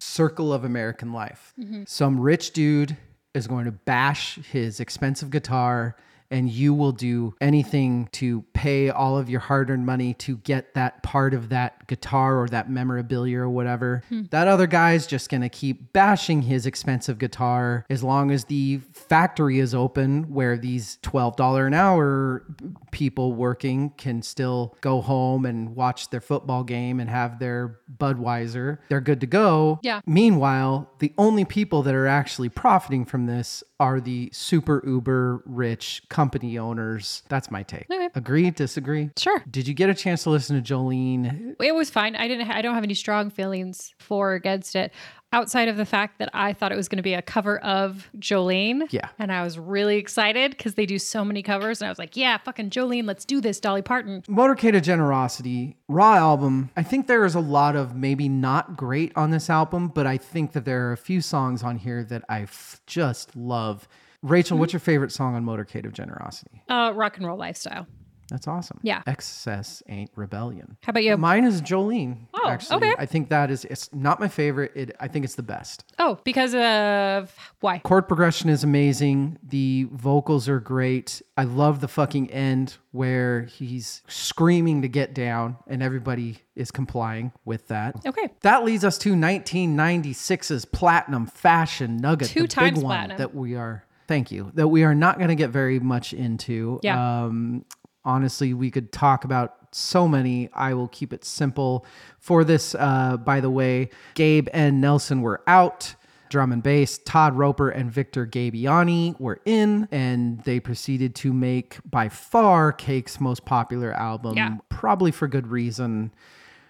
[SPEAKER 1] Circle of American life. Some rich dude is going to bash his expensive guitar. And you will do anything to pay all of your hard earned money to get that part of that guitar or that memorabilia or whatever. That other guy's just gonna keep bashing his expensive guitar as long as the factory is open where these $12 an hour people working can still go home and watch their football game and have their Budweiser. They're good to go.
[SPEAKER 2] Yeah.
[SPEAKER 1] Meanwhile, the only people that are actually profiting from this are the super uber rich company owners. That's my take.
[SPEAKER 2] Okay.
[SPEAKER 1] Agree, disagree?
[SPEAKER 2] Sure.
[SPEAKER 1] Did you get a chance to listen to Jolene?
[SPEAKER 2] It was fine. I didn't. I don't have any strong feelings for or against it, outside of the fact that I thought it was going to be a cover of Jolene.
[SPEAKER 1] Yeah.
[SPEAKER 2] and I was really excited because they do so many covers, and I was like, "Yeah, fucking Jolene, let's do this, Dolly Parton."
[SPEAKER 1] Motorcade of Generosity, Raw album. I think there is a lot of maybe not great on this album, but I think that there are a few songs on here that I f- just love. Rachel,
[SPEAKER 2] Mm-hmm.
[SPEAKER 1] what's your favorite song on Motorcade of Generosity?
[SPEAKER 2] Uh, rock and roll lifestyle.
[SPEAKER 1] That's awesome.
[SPEAKER 2] Yeah.
[SPEAKER 1] Excess ain't rebellion.
[SPEAKER 2] How about you?
[SPEAKER 1] Mine is Jolene.
[SPEAKER 2] Oh,
[SPEAKER 1] actually.
[SPEAKER 2] okay.
[SPEAKER 1] I think that is it's not my favorite. It I think it's the best.
[SPEAKER 2] oh, because of why?
[SPEAKER 1] Chord progression is amazing. The vocals are great. I love the fucking end where he's screaming to get down and everybody is complying with that.
[SPEAKER 2] Okay.
[SPEAKER 1] That leads us to 1996's platinum fashion nugget,
[SPEAKER 2] Two
[SPEAKER 1] the
[SPEAKER 2] times
[SPEAKER 1] big one
[SPEAKER 2] platinum.
[SPEAKER 1] that we are. Thank you. That we are not going to get very much into.
[SPEAKER 2] Yeah.
[SPEAKER 1] Um, honestly, we could talk about so many. I will keep it simple. For this, uh, by the way, Gabe and Nelson were out. Drum and bass, Todd Roper and Victor Gabiani were in, and they proceeded to make by far Cake's most popular album,
[SPEAKER 2] Yeah.
[SPEAKER 1] probably for good reason.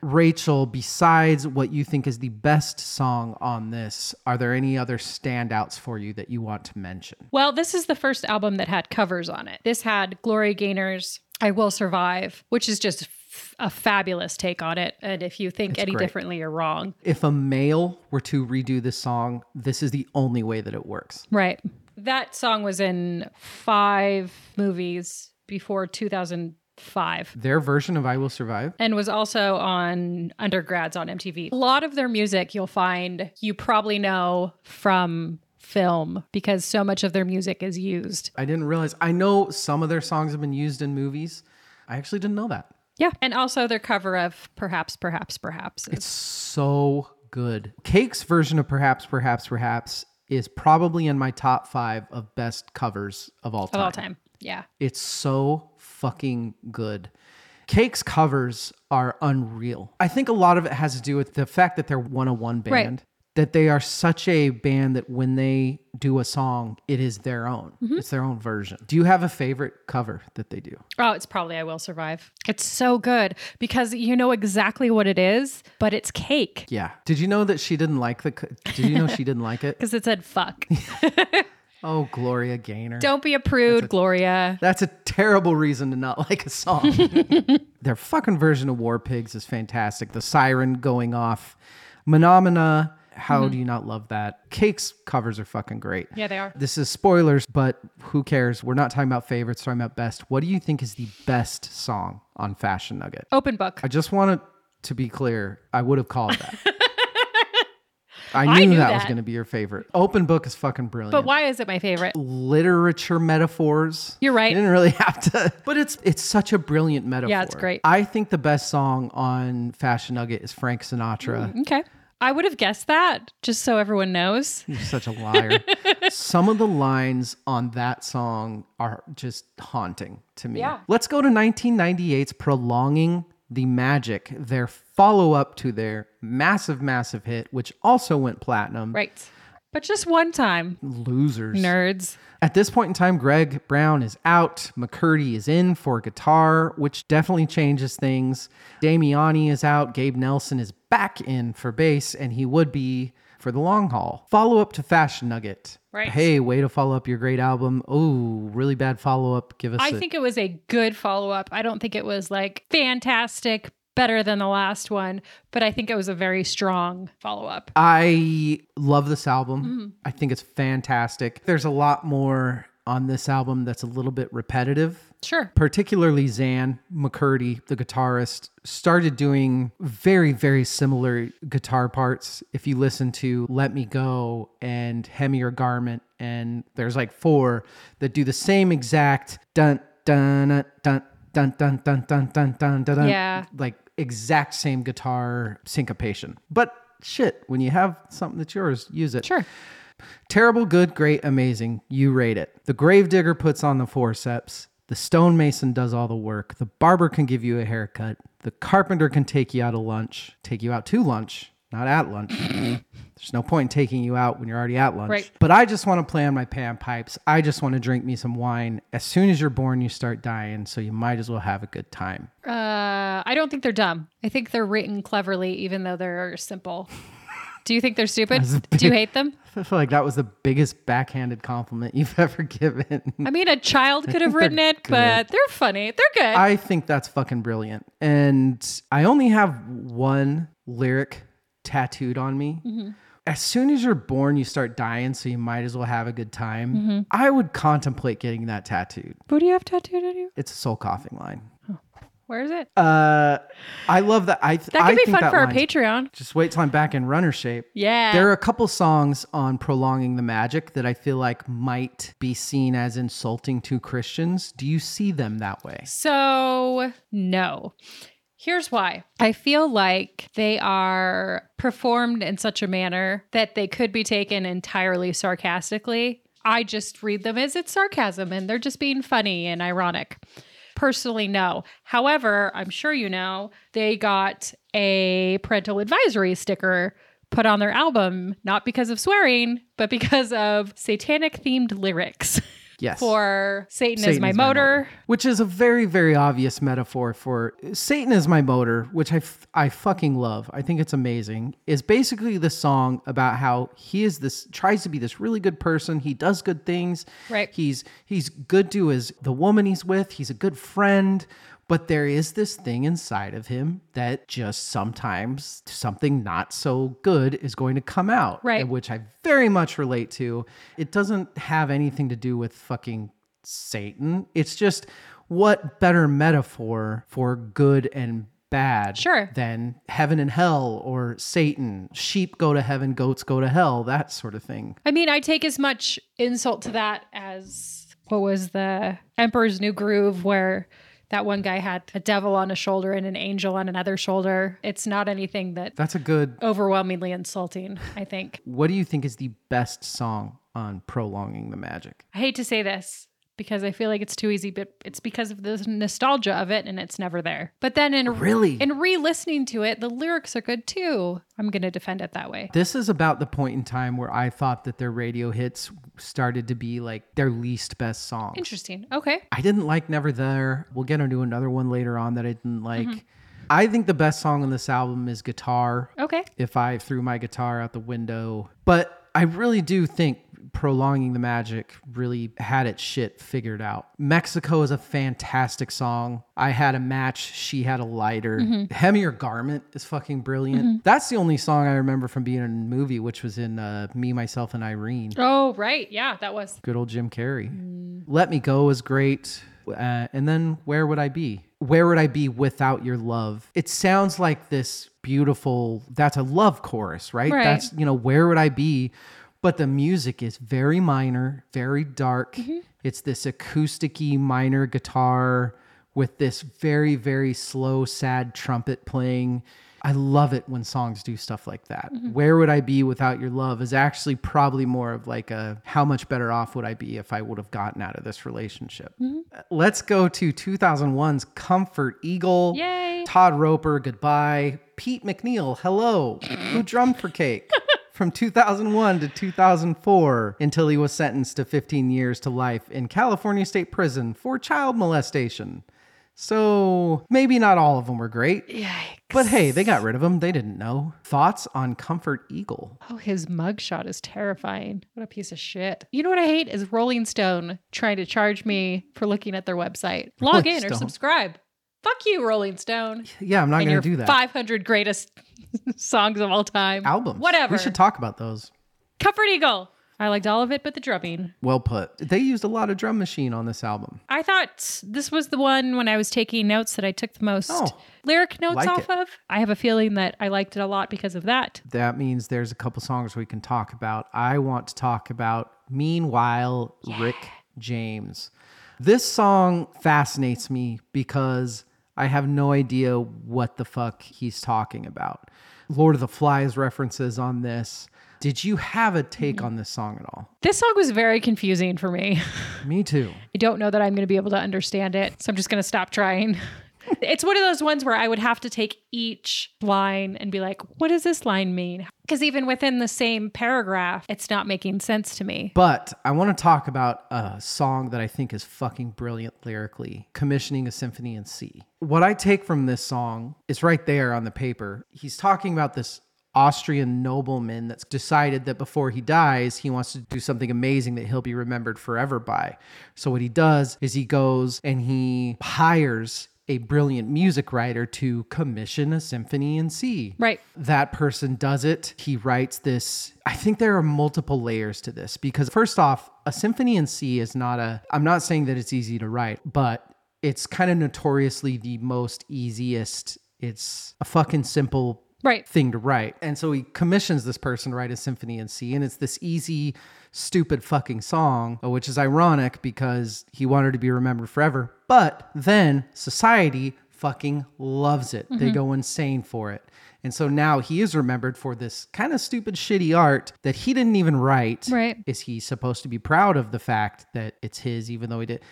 [SPEAKER 1] Rachel, besides what you think is the best song on this, are there any other standouts for you that you want to mention?
[SPEAKER 2] Well, this is the first album that had covers on it. This had Gloria Gaynor's I Will Survive, which is just f- a fabulous take on it. And if you think any
[SPEAKER 1] great.
[SPEAKER 2] differently, you're wrong.
[SPEAKER 1] If a male were to redo this song, this is the only way that it works.
[SPEAKER 2] Right. That song was in five movies before 2005
[SPEAKER 1] Their version of I Will Survive,
[SPEAKER 2] and was also on undergrads on MTV. A lot of their music you'll find you probably know from film because so much of their music is used.
[SPEAKER 1] I didn't realize. I know some of their songs have been used in movies. I actually didn't know that.
[SPEAKER 2] Yeah. And also their cover of Perhaps, Perhaps, Perhaps. is-
[SPEAKER 1] So good. Cake's version of Perhaps, Perhaps, Perhaps is probably in my top five of best covers of all time.
[SPEAKER 2] of all time. Yeah.
[SPEAKER 1] It's so fucking good. Cake's covers are unreal. I think a lot of it has to do with the fact that they're one on one band.
[SPEAKER 2] Right.
[SPEAKER 1] That they are such a band that when they do a song, it is their own. It's their own version. Do you have a favorite cover that they do?
[SPEAKER 2] Oh, it's probably I Will Survive. It's so good because you know exactly what it is, but it's cake
[SPEAKER 1] Yeah. Did you know that she didn't like the? co- Did you know she didn't like it?
[SPEAKER 2] because it said fuck.
[SPEAKER 1] Oh, Gloria Gaynor.
[SPEAKER 2] Don't be a prude, Gloria.
[SPEAKER 1] That's a terrible reason to not like a song. Their fucking version of War Pigs is fantastic. The siren going off. Menomina How do you not love that? Cakes covers are fucking great.
[SPEAKER 2] Mm-hmm. Yeah, they are.
[SPEAKER 1] This is spoilers, but who cares? We're not talking about favorites, talking about best. What do you think is the best song on Fashion Nugget?
[SPEAKER 2] Open book.
[SPEAKER 1] I just wanted to be clear. I would have called that. I knew,
[SPEAKER 2] I knew
[SPEAKER 1] that, was
[SPEAKER 2] that.
[SPEAKER 1] going to be your favorite. Open book is fucking brilliant.
[SPEAKER 2] But why is it my favorite?
[SPEAKER 1] literature metaphors.
[SPEAKER 2] You're right.
[SPEAKER 1] You didn't really have to, but it's it's such a brilliant metaphor.
[SPEAKER 2] Yeah, it's great.
[SPEAKER 1] I think the best song on Fashion Nugget is Frank Sinatra.
[SPEAKER 2] Okay. I would have guessed that, just so everyone knows.
[SPEAKER 1] You're such a liar. Some of the lines on that song are just haunting to me.
[SPEAKER 2] Yeah.
[SPEAKER 1] Let's go to 1998's Prolonging the Magic, their follow up to their massive, massive hit, which also went platinum.
[SPEAKER 2] Right. But just one time,
[SPEAKER 1] Losers.
[SPEAKER 2] nerds.
[SPEAKER 1] At this point in time, Greg Brown is out. McCurdy is in for guitar, which definitely changes things. Damiani is out. Gabe Nelson is back in for bass, and he would be for the long haul. Follow up to Fashion Nugget.
[SPEAKER 2] Right.
[SPEAKER 1] Hey, way to follow up your great album. Oh, really bad follow up. Give us.
[SPEAKER 2] I
[SPEAKER 1] a-
[SPEAKER 2] think it was a good follow up. I don't think it was like fantastic, better than the last one, but I think it was a very strong follow up.
[SPEAKER 1] I love this
[SPEAKER 2] Mm-hmm.
[SPEAKER 1] album. I think it's fantastic. There's a lot more on this album that's a little bit repetitive.
[SPEAKER 2] Sure.
[SPEAKER 1] particularly Zan McCurdy, the guitarist, started doing very, very similar guitar parts. If you listen to Let Me Go and Hem Your Garment, and there's like four that do the same exact dun dun dun dun dun dun dun dun dun dun dun
[SPEAKER 2] Yeah.
[SPEAKER 1] like exact same guitar syncopation. But shit, when you have something that's yours, use it.
[SPEAKER 2] Sure.
[SPEAKER 1] Terrible, good, great, amazing. You rate it. The gravedigger puts on the forceps. The stonemason does all the work. The barber can give you a haircut. The carpenter can take you out to lunch. Take you out to lunch, not at lunch. There's no point in taking you out when you're already at lunch.
[SPEAKER 2] Right.
[SPEAKER 1] But I just want to play on my panpipes. I just want to drink me some wine. As soon as you're born, you start dying, so you might as well have a good time.
[SPEAKER 2] Uh, I don't think they're dumb. I think they're written cleverly, even though they're simple. Do you think they're stupid? Do you hate them?
[SPEAKER 1] I feel like that was the biggest backhanded compliment you've ever given.
[SPEAKER 2] I mean, a child could have written it, but they're funny. They're good.
[SPEAKER 1] I think that's fucking brilliant. And I only have one lyric tattooed on me.
[SPEAKER 2] Mm-hmm.
[SPEAKER 1] As soon as you're born, you start dying, so you might as well have a good time.
[SPEAKER 2] Mm-hmm.
[SPEAKER 1] I would contemplate getting that tattooed.
[SPEAKER 2] Who do you have tattooed on you?
[SPEAKER 1] It's a soul coughing line.
[SPEAKER 2] Where is it?
[SPEAKER 1] Uh, I love that. I
[SPEAKER 2] that
[SPEAKER 1] I
[SPEAKER 2] could be
[SPEAKER 1] think
[SPEAKER 2] fun
[SPEAKER 1] that
[SPEAKER 2] for our
[SPEAKER 1] line's-
[SPEAKER 2] Patreon.
[SPEAKER 1] Just wait till I'm back in runner shape.
[SPEAKER 2] Yeah.
[SPEAKER 1] There are a couple songs on prolonging the magic that I feel like might be seen as insulting to Christians. Do you see them that way?
[SPEAKER 2] So, no. Here's why. I feel like they are performed in such a manner that they could be taken entirely sarcastically. I just read them as it's sarcasm and they're just being funny and ironic. Personally, no. However, I'm sure you know they got a parental advisory sticker put on their album, not because of swearing, but because of satanic themed lyrics
[SPEAKER 1] Yes.
[SPEAKER 2] for Satan, is my motor.
[SPEAKER 1] which is a very very obvious metaphor for Satan is my motor, which I f- I fucking love. I think it's amazing. Is basically the song about how he is this tries to be this really good person. He does good things.
[SPEAKER 2] Right.
[SPEAKER 1] He's he's good to his the woman he's with. He's a good friend. But there is this thing inside of him that just sometimes something not so good is going to come out.
[SPEAKER 2] Right.
[SPEAKER 1] and Which I very much relate to. It doesn't have anything to do with fucking Satan. It's just what better metaphor for good and bad
[SPEAKER 2] Sure.
[SPEAKER 1] than heaven and hell or Satan? Sheep go to heaven, goats go to hell, that sort of thing.
[SPEAKER 2] I mean, I take as much insult to that as what was the Emperor's New Groove, where that one guy had a devil on a shoulder and an angel on another shoulder. It's not anything that
[SPEAKER 1] That's a good.
[SPEAKER 2] overwhelmingly insulting, I think.
[SPEAKER 1] What do you think is the best song on prolonging the magic?
[SPEAKER 2] I hate to say this because I feel like it's too easy, but it's because of the nostalgia of it and it's never there. But then in
[SPEAKER 1] Really?
[SPEAKER 2] in re-listening to it, the lyrics are good too. I'm gonna defend it that way.
[SPEAKER 1] This is about the point in time where I thought that their radio hits started to be like their least best songs.
[SPEAKER 2] Interesting. Okay.
[SPEAKER 1] I didn't like Never There. We'll get into another one later on that I didn't like. I think the best song on this album is Guitar.
[SPEAKER 2] Okay.
[SPEAKER 1] If I threw my guitar out the window, but I really do think prolonging the magic really had its shit figured out. Mexico is a fantastic song. I had a match, she had a lighter. Hem Your Garment is fucking brilliant. That's the only song I remember from being in a movie, which was in uh, Me, Myself, and Irene.
[SPEAKER 2] Oh, right. Yeah, that was.
[SPEAKER 1] Good old Jim Carrey. Let Me Go is great. Uh, and then Where Would I Be? Where Would I Be Without Your Love? It sounds like this beautiful, that's a love chorus, right?
[SPEAKER 2] Right.
[SPEAKER 1] That's, you know, Where Would I Be? But the music is very minor, very dark. It's this acoustic minor guitar with this very, very slow, sad trumpet playing. I love it when songs do stuff like that. Where would I be without your love is actually probably more of like a how much better off would I be if I would have gotten out of this relationship. Uh, Let's go to 2001's Comfort Eagle.
[SPEAKER 2] Yay.
[SPEAKER 1] Todd Roper, goodbye. Pete McNeil, hello. Who drummed for Cake? From 2001 to 2004, until he was sentenced to 15 years to life in California State Prison for child molestation. So maybe not all of them were great. But hey, they got rid of him. They didn't know. Thoughts on Comfort Eagle?
[SPEAKER 2] Oh, his mugshot is terrifying. What a piece of shit. You know what I hate is Rolling Stone trying to charge me for looking at their website. Log
[SPEAKER 1] Rolling
[SPEAKER 2] in or
[SPEAKER 1] Stone.
[SPEAKER 2] subscribe. Fuck you, Rolling Stone.
[SPEAKER 1] Yeah, I'm not
[SPEAKER 2] and
[SPEAKER 1] going
[SPEAKER 2] your
[SPEAKER 1] to do that.
[SPEAKER 2] 500 greatest songs of all time.
[SPEAKER 1] Albums.
[SPEAKER 2] Whatever.
[SPEAKER 1] We should talk about those.
[SPEAKER 2] Comfort Eagle. I liked all of it, but the drumming.
[SPEAKER 1] Well put. They used a lot of drum machine on this album.
[SPEAKER 2] I thought this was the one when I was taking notes that I took the most
[SPEAKER 1] Oh.
[SPEAKER 2] lyric notes
[SPEAKER 1] Like
[SPEAKER 2] off
[SPEAKER 1] it.
[SPEAKER 2] of. I have a feeling that I liked it a lot because of that.
[SPEAKER 1] That means there's a couple songs we can talk about. I want to talk about Meanwhile, Rick James. This song fascinates me because I have no idea what the fuck he's talking about. Lord of the Flies references on this. Did you have a take on this song at all?
[SPEAKER 2] This song was very confusing for me.
[SPEAKER 1] Me too.
[SPEAKER 2] I don't know that I'm going to be able to understand it, so I'm just going to stop trying. it's one of those ones where I would have to take each line and be like, what does this line mean? Because even within the same paragraph, it's not making sense to me.
[SPEAKER 1] But I want to talk about a song that I think is fucking brilliant lyrically Commissioning a Symphony in C. What I take from this song is right there on the paper. He's talking about this Austrian nobleman that's decided that before he dies, he wants to do something amazing that he'll be remembered forever by. So, what he does is he goes and he hires a brilliant music writer to commission a symphony in C
[SPEAKER 2] Right.
[SPEAKER 1] that person does it. He writes this. I think there are multiple layers to this because, first off, a symphony in C is not a, I'm not saying that it's easy to write, but it's kind of notoriously the most easiest. It's a fucking simple
[SPEAKER 2] Right.
[SPEAKER 1] thing to write. And so he commissions this person to write a symphony in C, and it's this easy, stupid fucking song, uh, which is ironic because he wanted to be remembered forever. But then society fucking loves it.
[SPEAKER 2] Mm-hmm.
[SPEAKER 1] They go insane for it. And so now he is remembered for this kind of stupid, shitty art that he didn't even write.
[SPEAKER 2] Right.
[SPEAKER 1] Is he supposed to be proud of the fact that it's his, even though he did?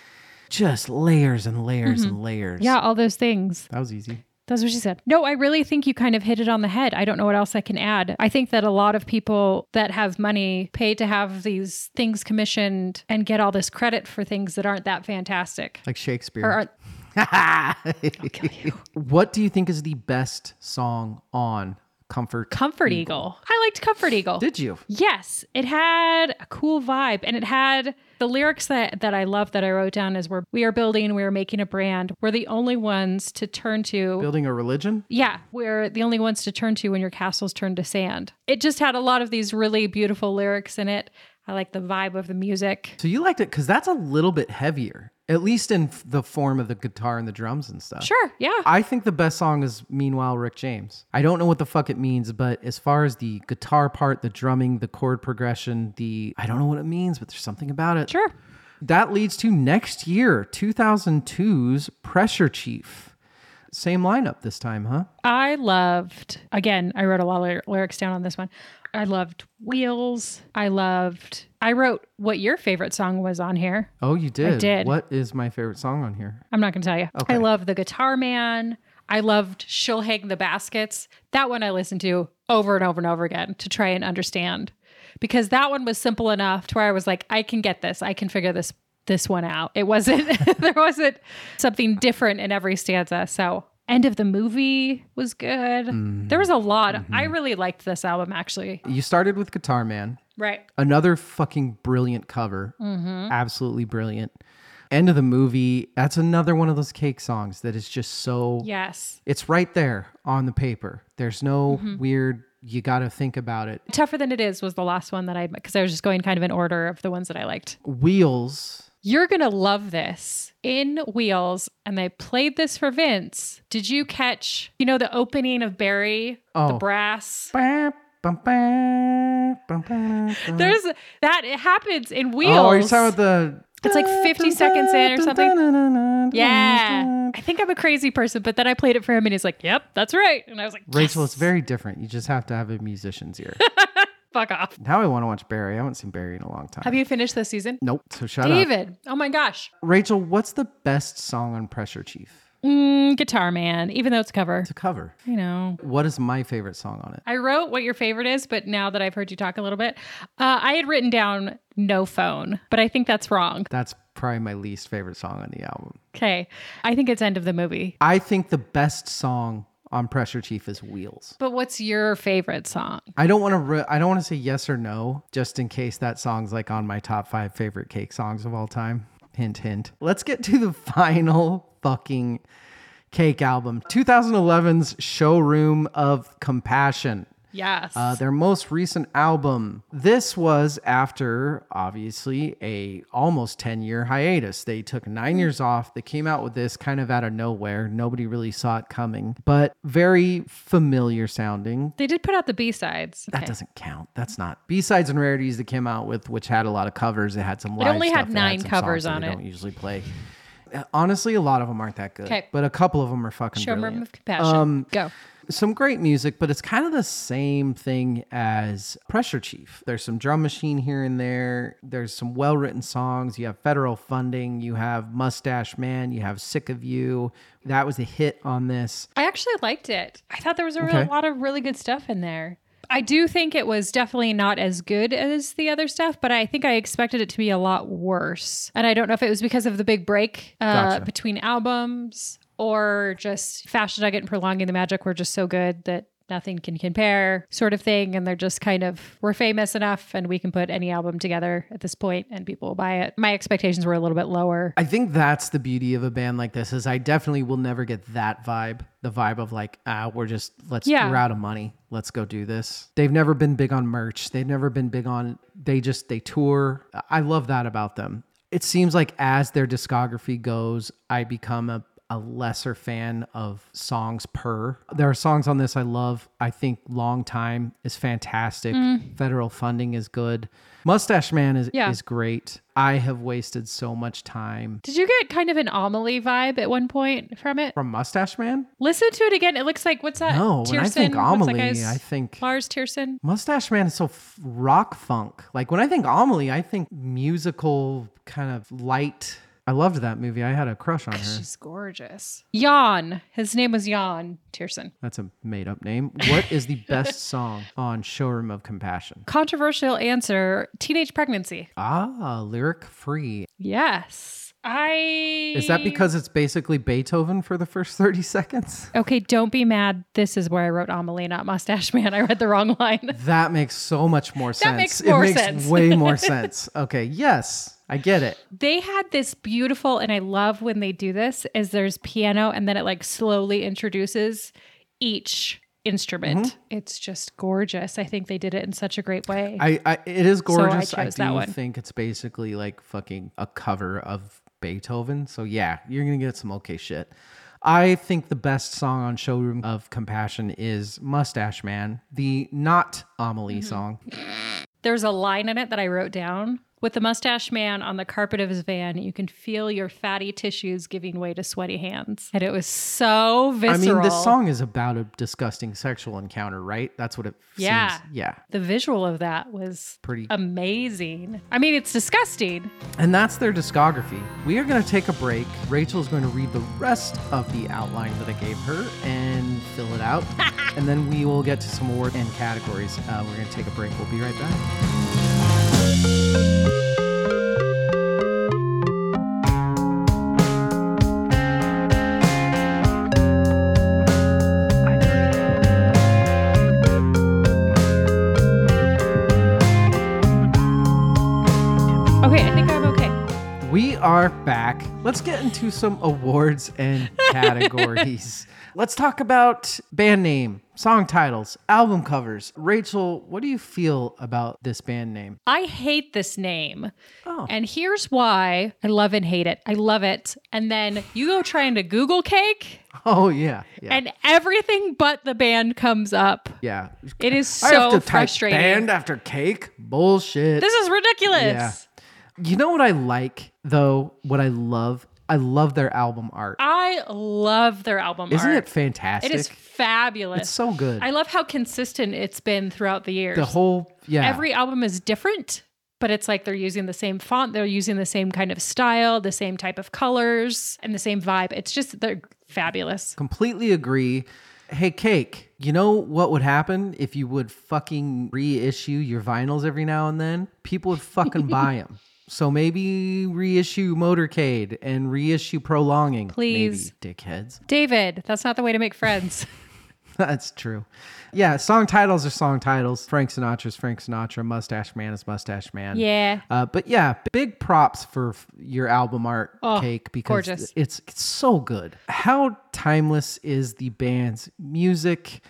[SPEAKER 1] Just layers and layers and layers.
[SPEAKER 2] Mm-hmm. Yeah, all those things.
[SPEAKER 1] That was easy.
[SPEAKER 2] That's what she said. No, I really think you kind of hit it on the head. I don't know what else I can add. I think that a lot of people that have money pay to have these things commissioned and get all this credit for things that aren't that fantastic.
[SPEAKER 1] Like Shakespeare.
[SPEAKER 2] Or aren't, I'll kill you.
[SPEAKER 1] What do you think is the best song on Comfort?
[SPEAKER 2] Comfort Eagle. I liked Comfort Eagle.
[SPEAKER 1] Did you?
[SPEAKER 2] Yes, it had a cool vibe and it had the lyrics that, that I love that I wrote down is we're we are building, we are making a brand. We're the only ones to turn to
[SPEAKER 1] Building a religion?
[SPEAKER 2] Yeah, we're the only ones to turn to when your castles turn to sand. It just had a lot of these really beautiful lyrics in it. I like the vibe of the music.
[SPEAKER 1] So you liked it because that's a little bit heavier, at least in f- the form of the guitar and the drums and stuff.
[SPEAKER 2] Sure, yeah.
[SPEAKER 1] I think the best song is Meanwhile Rick James. I don't know what the fuck it means, but as far as the guitar part, the drumming, the chord progression, the I don't know what it means, but there's something about it.
[SPEAKER 2] sure.
[SPEAKER 1] That leads to next year, 2002's Pressure Chief. Same lineup this time, huh?
[SPEAKER 2] I loved, again, I wrote a lot of lyr- lyrics down on this one. I loved Wheels. I loved, I wrote what your favorite song was on here.
[SPEAKER 1] Oh, you did.
[SPEAKER 2] did.
[SPEAKER 1] What is my favorite song on here?
[SPEAKER 2] I'm not going to tell you. I love The Guitar Man. I loved She'll Hang the Baskets. That one I listened to over and over and over again to try and understand because that one was simple enough to where I was like, I can get this. I can figure this this one out. It wasn't there wasn't something different in every stanza. So end of the movie was good. There was a lot. I really liked this album actually.
[SPEAKER 1] You started with Guitar Man.
[SPEAKER 2] Right.
[SPEAKER 1] Another fucking brilliant cover.
[SPEAKER 2] Mm-hmm.
[SPEAKER 1] Absolutely brilliant. End of the movie. That's another one of those cake songs that is just so
[SPEAKER 2] Yes.
[SPEAKER 1] it's right there on the paper. There's no
[SPEAKER 2] Mm-hmm.
[SPEAKER 1] weird you got to think about it.
[SPEAKER 2] Tougher than it is was the last one that I because I was just going kind of in order of the ones that I liked.
[SPEAKER 1] Wheels.
[SPEAKER 2] You're gonna love this in Wheels, and they played this for Vince. Did you catch? You know the opening of Barry, the
[SPEAKER 1] Oh.
[SPEAKER 2] brass.
[SPEAKER 1] Bam, bam, bam, bam, bam, bam.
[SPEAKER 2] There's that. It happens in Wheels.
[SPEAKER 1] Oh, are you talking about the
[SPEAKER 2] It's like 50 seconds in or
[SPEAKER 1] something?
[SPEAKER 2] Yeah. I think I'm a crazy person, but then I played it for him and he's like, yep, that's right. And I was like,
[SPEAKER 1] Rachel,
[SPEAKER 2] yes,
[SPEAKER 1] it's very different. You just have to have a musician's ear.
[SPEAKER 2] fuck off.
[SPEAKER 1] now I want to watch Barry. I haven't seen Barry in a long time.
[SPEAKER 2] Have you finished this season?
[SPEAKER 1] Nope. So shut up.
[SPEAKER 2] David. Oh my gosh.
[SPEAKER 1] Rachel, what's the best song on Pressure Chief?
[SPEAKER 2] Mm, Guitar Man, even though it's a cover.
[SPEAKER 1] It's a cover.
[SPEAKER 2] You know.
[SPEAKER 1] What is my favorite song on it?
[SPEAKER 2] I wrote what your favorite is, but now that I've heard you talk a little bit, uh, I had written down No Phone, but I think that's wrong.
[SPEAKER 1] That's probably my least favorite song on the album.
[SPEAKER 2] Okay. I think it's end of the movie.
[SPEAKER 1] I think the best song on Pressure Chief is Wheels.
[SPEAKER 2] But what's your favorite song?
[SPEAKER 1] I don't want to. Re- I don't want to say yes or no, just in case that song's like on my top five favorite cake songs of all time. Hint, hint. Let's get to the final fucking cake album. 2011's Showroom of Compassion.
[SPEAKER 2] Yes.
[SPEAKER 1] Uh, their most recent album. This was after obviously a almost 10 year hiatus. They took
[SPEAKER 2] Hmm.
[SPEAKER 1] 9 years off. They came out with this kind of out of nowhere. Nobody really saw it coming, but very familiar sounding.
[SPEAKER 2] they did put out the B sides.
[SPEAKER 1] That doesn't count. That's not B-sides and rarities that came out with which had a lot of covers. It had some live
[SPEAKER 2] only had
[SPEAKER 1] stuff, and
[SPEAKER 2] nine
[SPEAKER 1] some songs
[SPEAKER 2] covers
[SPEAKER 1] that
[SPEAKER 2] on
[SPEAKER 1] they
[SPEAKER 2] it.
[SPEAKER 1] Don't usually play. Uh, Honestly, a lot of them aren't that good,
[SPEAKER 2] 'Kay.
[SPEAKER 1] but a couple of them are fucking
[SPEAKER 2] Show
[SPEAKER 1] brilliant Um,
[SPEAKER 2] Room of Compassion. Go.
[SPEAKER 1] some great music, but it's kind of the same thing as Pressure Chief. There's some drum machine here and there. There's some well written songs. You have federal funding. You have Mustache Man. You have Sick of You. That was a hit on this.
[SPEAKER 2] I actually liked it. I thought there was a real-
[SPEAKER 1] Okay.
[SPEAKER 2] lot of really good stuff in there. I do think it was definitely not as good as the other stuff, but I think I expected it to be a lot worse. And I don't know if it was because of the big break uh,
[SPEAKER 1] Gotcha.
[SPEAKER 2] between albums or just Fashion Nugget and Prolonging the Magic were just so good that nothing can compare, sort of thing. And they're just kind of, we're famous enough and we can put any album together at this point and people will buy it. My expectations were a little bit lower.
[SPEAKER 1] I think that's the beauty of a band like this is I definitely will never get that vibe. The vibe of like, ah, we're just let's
[SPEAKER 2] Yeah.
[SPEAKER 1] we're out of money. Let's go do this. They've never been big on merch. They've never been big on they just they tour. I love that about them. It seems like as their discography goes, I become a a lesser fan of songs per. There are songs on this I love. I think Long Time is fantastic. Federal funding is good. Mustache Man is,
[SPEAKER 2] Yeah.
[SPEAKER 1] is great. I have wasted so much time
[SPEAKER 2] Did you get kind of an Amelie vibe at one point from it?
[SPEAKER 1] from Mustache Man.
[SPEAKER 2] Listen to it again. It looks like what's that?
[SPEAKER 1] No, when I think
[SPEAKER 2] What's that
[SPEAKER 1] Amelie,
[SPEAKER 2] guy's-
[SPEAKER 1] I think
[SPEAKER 2] Lars Tierson.
[SPEAKER 1] Mustache Man is so f- rock funk. Like when I think Amelie, I think musical kind of light. I loved that movie. I had a crush on her.
[SPEAKER 2] She's gorgeous. Jan. His name was Jan Tierson.
[SPEAKER 1] That's a made up name. What is the best song on Showroom of Compassion?
[SPEAKER 2] Controversial answer: teenage pregnancy.
[SPEAKER 1] Ah, lyric free.
[SPEAKER 2] Yes, I.
[SPEAKER 1] Is that because it's basically Beethoven for the first 30 seconds?
[SPEAKER 2] Okay, don't be mad. This is where I wrote Amelie, not Mustache Man. I read the wrong line.
[SPEAKER 1] That makes so much more sense.
[SPEAKER 2] makes more
[SPEAKER 1] it makes
[SPEAKER 2] sense.
[SPEAKER 1] way more sense. Okay, yes, I get it.
[SPEAKER 2] They had this beautiful, and I love when they do this. Is there's piano, and then it like slowly introduces each instrument.
[SPEAKER 1] Mm-hmm.
[SPEAKER 2] It's just gorgeous. I think they did it in such a great way.
[SPEAKER 1] I, I it is
[SPEAKER 2] I
[SPEAKER 1] gorgeous. I,
[SPEAKER 2] chose
[SPEAKER 1] do
[SPEAKER 2] that one.
[SPEAKER 1] think it's basically like fucking a cover of Beethoven. So yeah, you're gonna get some okay shit. I think the best song on Showroom of Compassion is Mustache Man, the not Amelie
[SPEAKER 2] Mm-hmm.
[SPEAKER 1] song.
[SPEAKER 2] There's a line in it that I wrote down. With the mustache man on the carpet of his van, you can feel your fatty tissues giving way to sweaty hands. And it was so
[SPEAKER 1] I
[SPEAKER 2] visceral.
[SPEAKER 1] mean, this song is about a disgusting sexual encounter, right? That's what it
[SPEAKER 2] Yeah.
[SPEAKER 1] seems. Yeah.
[SPEAKER 2] the visual of that was
[SPEAKER 1] Pretty
[SPEAKER 2] amazing. I mean, it's disgusting.
[SPEAKER 1] And that's their discography. We are going to take a break. Rachel's going to read the rest of the outline that I gave her and fill it out. and then we will get to some award and categories. Uh, we're going to take a break. We'll be right back. are back. Let's get into some awards and categories. Let's talk about band name, song titles, album covers. Rachel, what do you feel about this band name?
[SPEAKER 2] I hate this name.
[SPEAKER 1] Oh.
[SPEAKER 2] And here's why I love and hate it. I love it. And then you go trying to Google cake,
[SPEAKER 1] Oh yeah, yeah,
[SPEAKER 2] and everything but the band comes up.
[SPEAKER 1] yeah.
[SPEAKER 2] It is
[SPEAKER 1] I have
[SPEAKER 2] so
[SPEAKER 1] to type
[SPEAKER 2] frustrating.
[SPEAKER 1] band after cake. Bullshit.
[SPEAKER 2] This is ridiculous.
[SPEAKER 1] Yeah. you know what I like though? What I love? I love their album art.
[SPEAKER 2] I love their album
[SPEAKER 1] Isn't
[SPEAKER 2] art.
[SPEAKER 1] it fantastic?
[SPEAKER 2] It is fabulous.
[SPEAKER 1] It's so good.
[SPEAKER 2] I love how consistent it's been throughout the years.
[SPEAKER 1] the whole yeah.
[SPEAKER 2] Every album is different, but it's like they're using the same font, they're using the same kind of style, the same type of colors, and the same vibe. It's just they're fabulous.
[SPEAKER 1] completely agree. Hey, Cake, you know what would happen if you would fucking reissue your vinyls every now and then? People would fucking buy them. So maybe reissue Motorcade and reissue Prolonging.
[SPEAKER 2] Please.
[SPEAKER 1] Maybe, dickheads.
[SPEAKER 2] David, that's not the way to make friends.
[SPEAKER 1] That's true. Yeah, song titles are song titles. Frank Sinatra's Frank Sinatra. Mustache Man is Mustache Man.
[SPEAKER 2] Yeah.
[SPEAKER 1] Uh, but yeah, big props for f- your album art
[SPEAKER 2] Oh,
[SPEAKER 1] cake because
[SPEAKER 2] gorgeous.
[SPEAKER 1] It's, it's so good. How timeless is the band's music?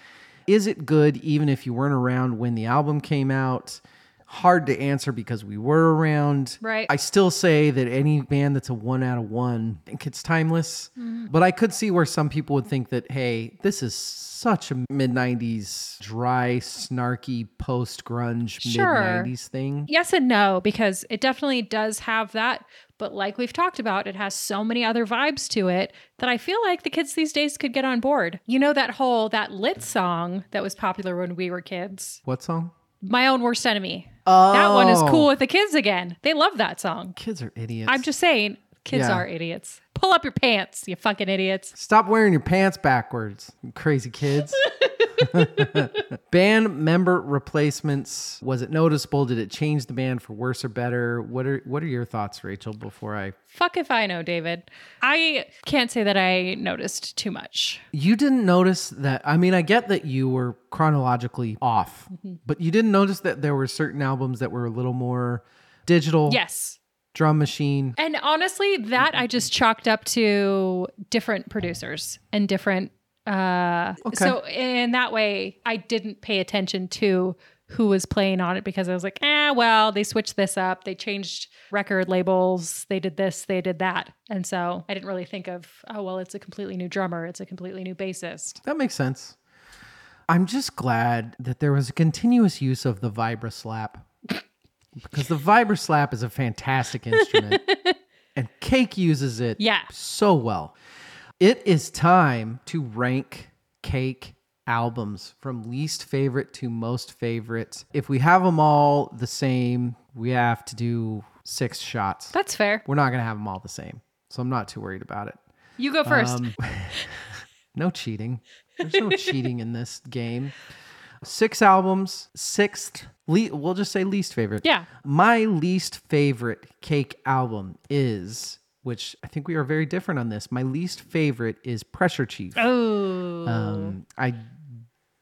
[SPEAKER 1] Is it good even if you weren't around when the album came out? Hard to answer because we were around.
[SPEAKER 2] Right.
[SPEAKER 1] I still say that any band that's a one out of one, I think it's timeless.
[SPEAKER 2] Mm-hmm.
[SPEAKER 1] But I could see where some people would think that, hey, this is such a mid 90s dry, snarky, post grunge
[SPEAKER 2] Sure.
[SPEAKER 1] mid 90s thing.
[SPEAKER 2] yes and no, because it definitely does have that. But like we've talked about, it has so many other vibes to it that I feel like the kids these days could get on board. You know that whole that lit song that was popular when we were kids?
[SPEAKER 1] What song?
[SPEAKER 2] My own worst enemy.
[SPEAKER 1] Oh.
[SPEAKER 2] That one is cool with the kids again. They love that song.
[SPEAKER 1] Kids are idiots.
[SPEAKER 2] I'm just saying, kids
[SPEAKER 1] Yeah.
[SPEAKER 2] are idiots. Pull up your pants, you fucking idiots.
[SPEAKER 1] Stop wearing your pants backwards, you crazy kids. band member replacements. Was it noticeable? Did it change the band for worse or better? What are what are your thoughts, Rachel, before I
[SPEAKER 2] Fuck if I know, David. I can't say that I noticed too much.
[SPEAKER 1] You didn't notice that I mean I get that you were chronologically off, but you didn't notice that there were certain albums that were a little more digital
[SPEAKER 2] Yes.
[SPEAKER 1] drum machine.
[SPEAKER 2] And honestly, that I just chalked up to different producers and different. Uh, So in that way, I didn't pay attention to who was playing on it because I was like, ah, well, they switched this up, they changed record labels, they did this, they did that, and so I didn't really think of, oh, well, it's a completely new drummer, it's a completely new bassist.
[SPEAKER 1] That makes sense. I'm just glad that there was a continuous use of the vibra slap because the vibra slap is a fantastic instrument and Cake uses it
[SPEAKER 2] Yeah.
[SPEAKER 1] so well. It is time to rank Cake albums from least favorite to most favorite. If we have them all the same, we have to do six shots.
[SPEAKER 2] That's fair.
[SPEAKER 1] We're not going to have them all the same. So I'm not too worried about it.
[SPEAKER 2] You go first.
[SPEAKER 1] Um, no cheating. There's no cheating in this game. Six albums, sixth, le- we'll just say least favorite.
[SPEAKER 2] Yeah.
[SPEAKER 1] My least favorite cake album is, which I think we are very different on this. My least favorite is Pressure Chief.
[SPEAKER 2] oh,
[SPEAKER 1] Um, I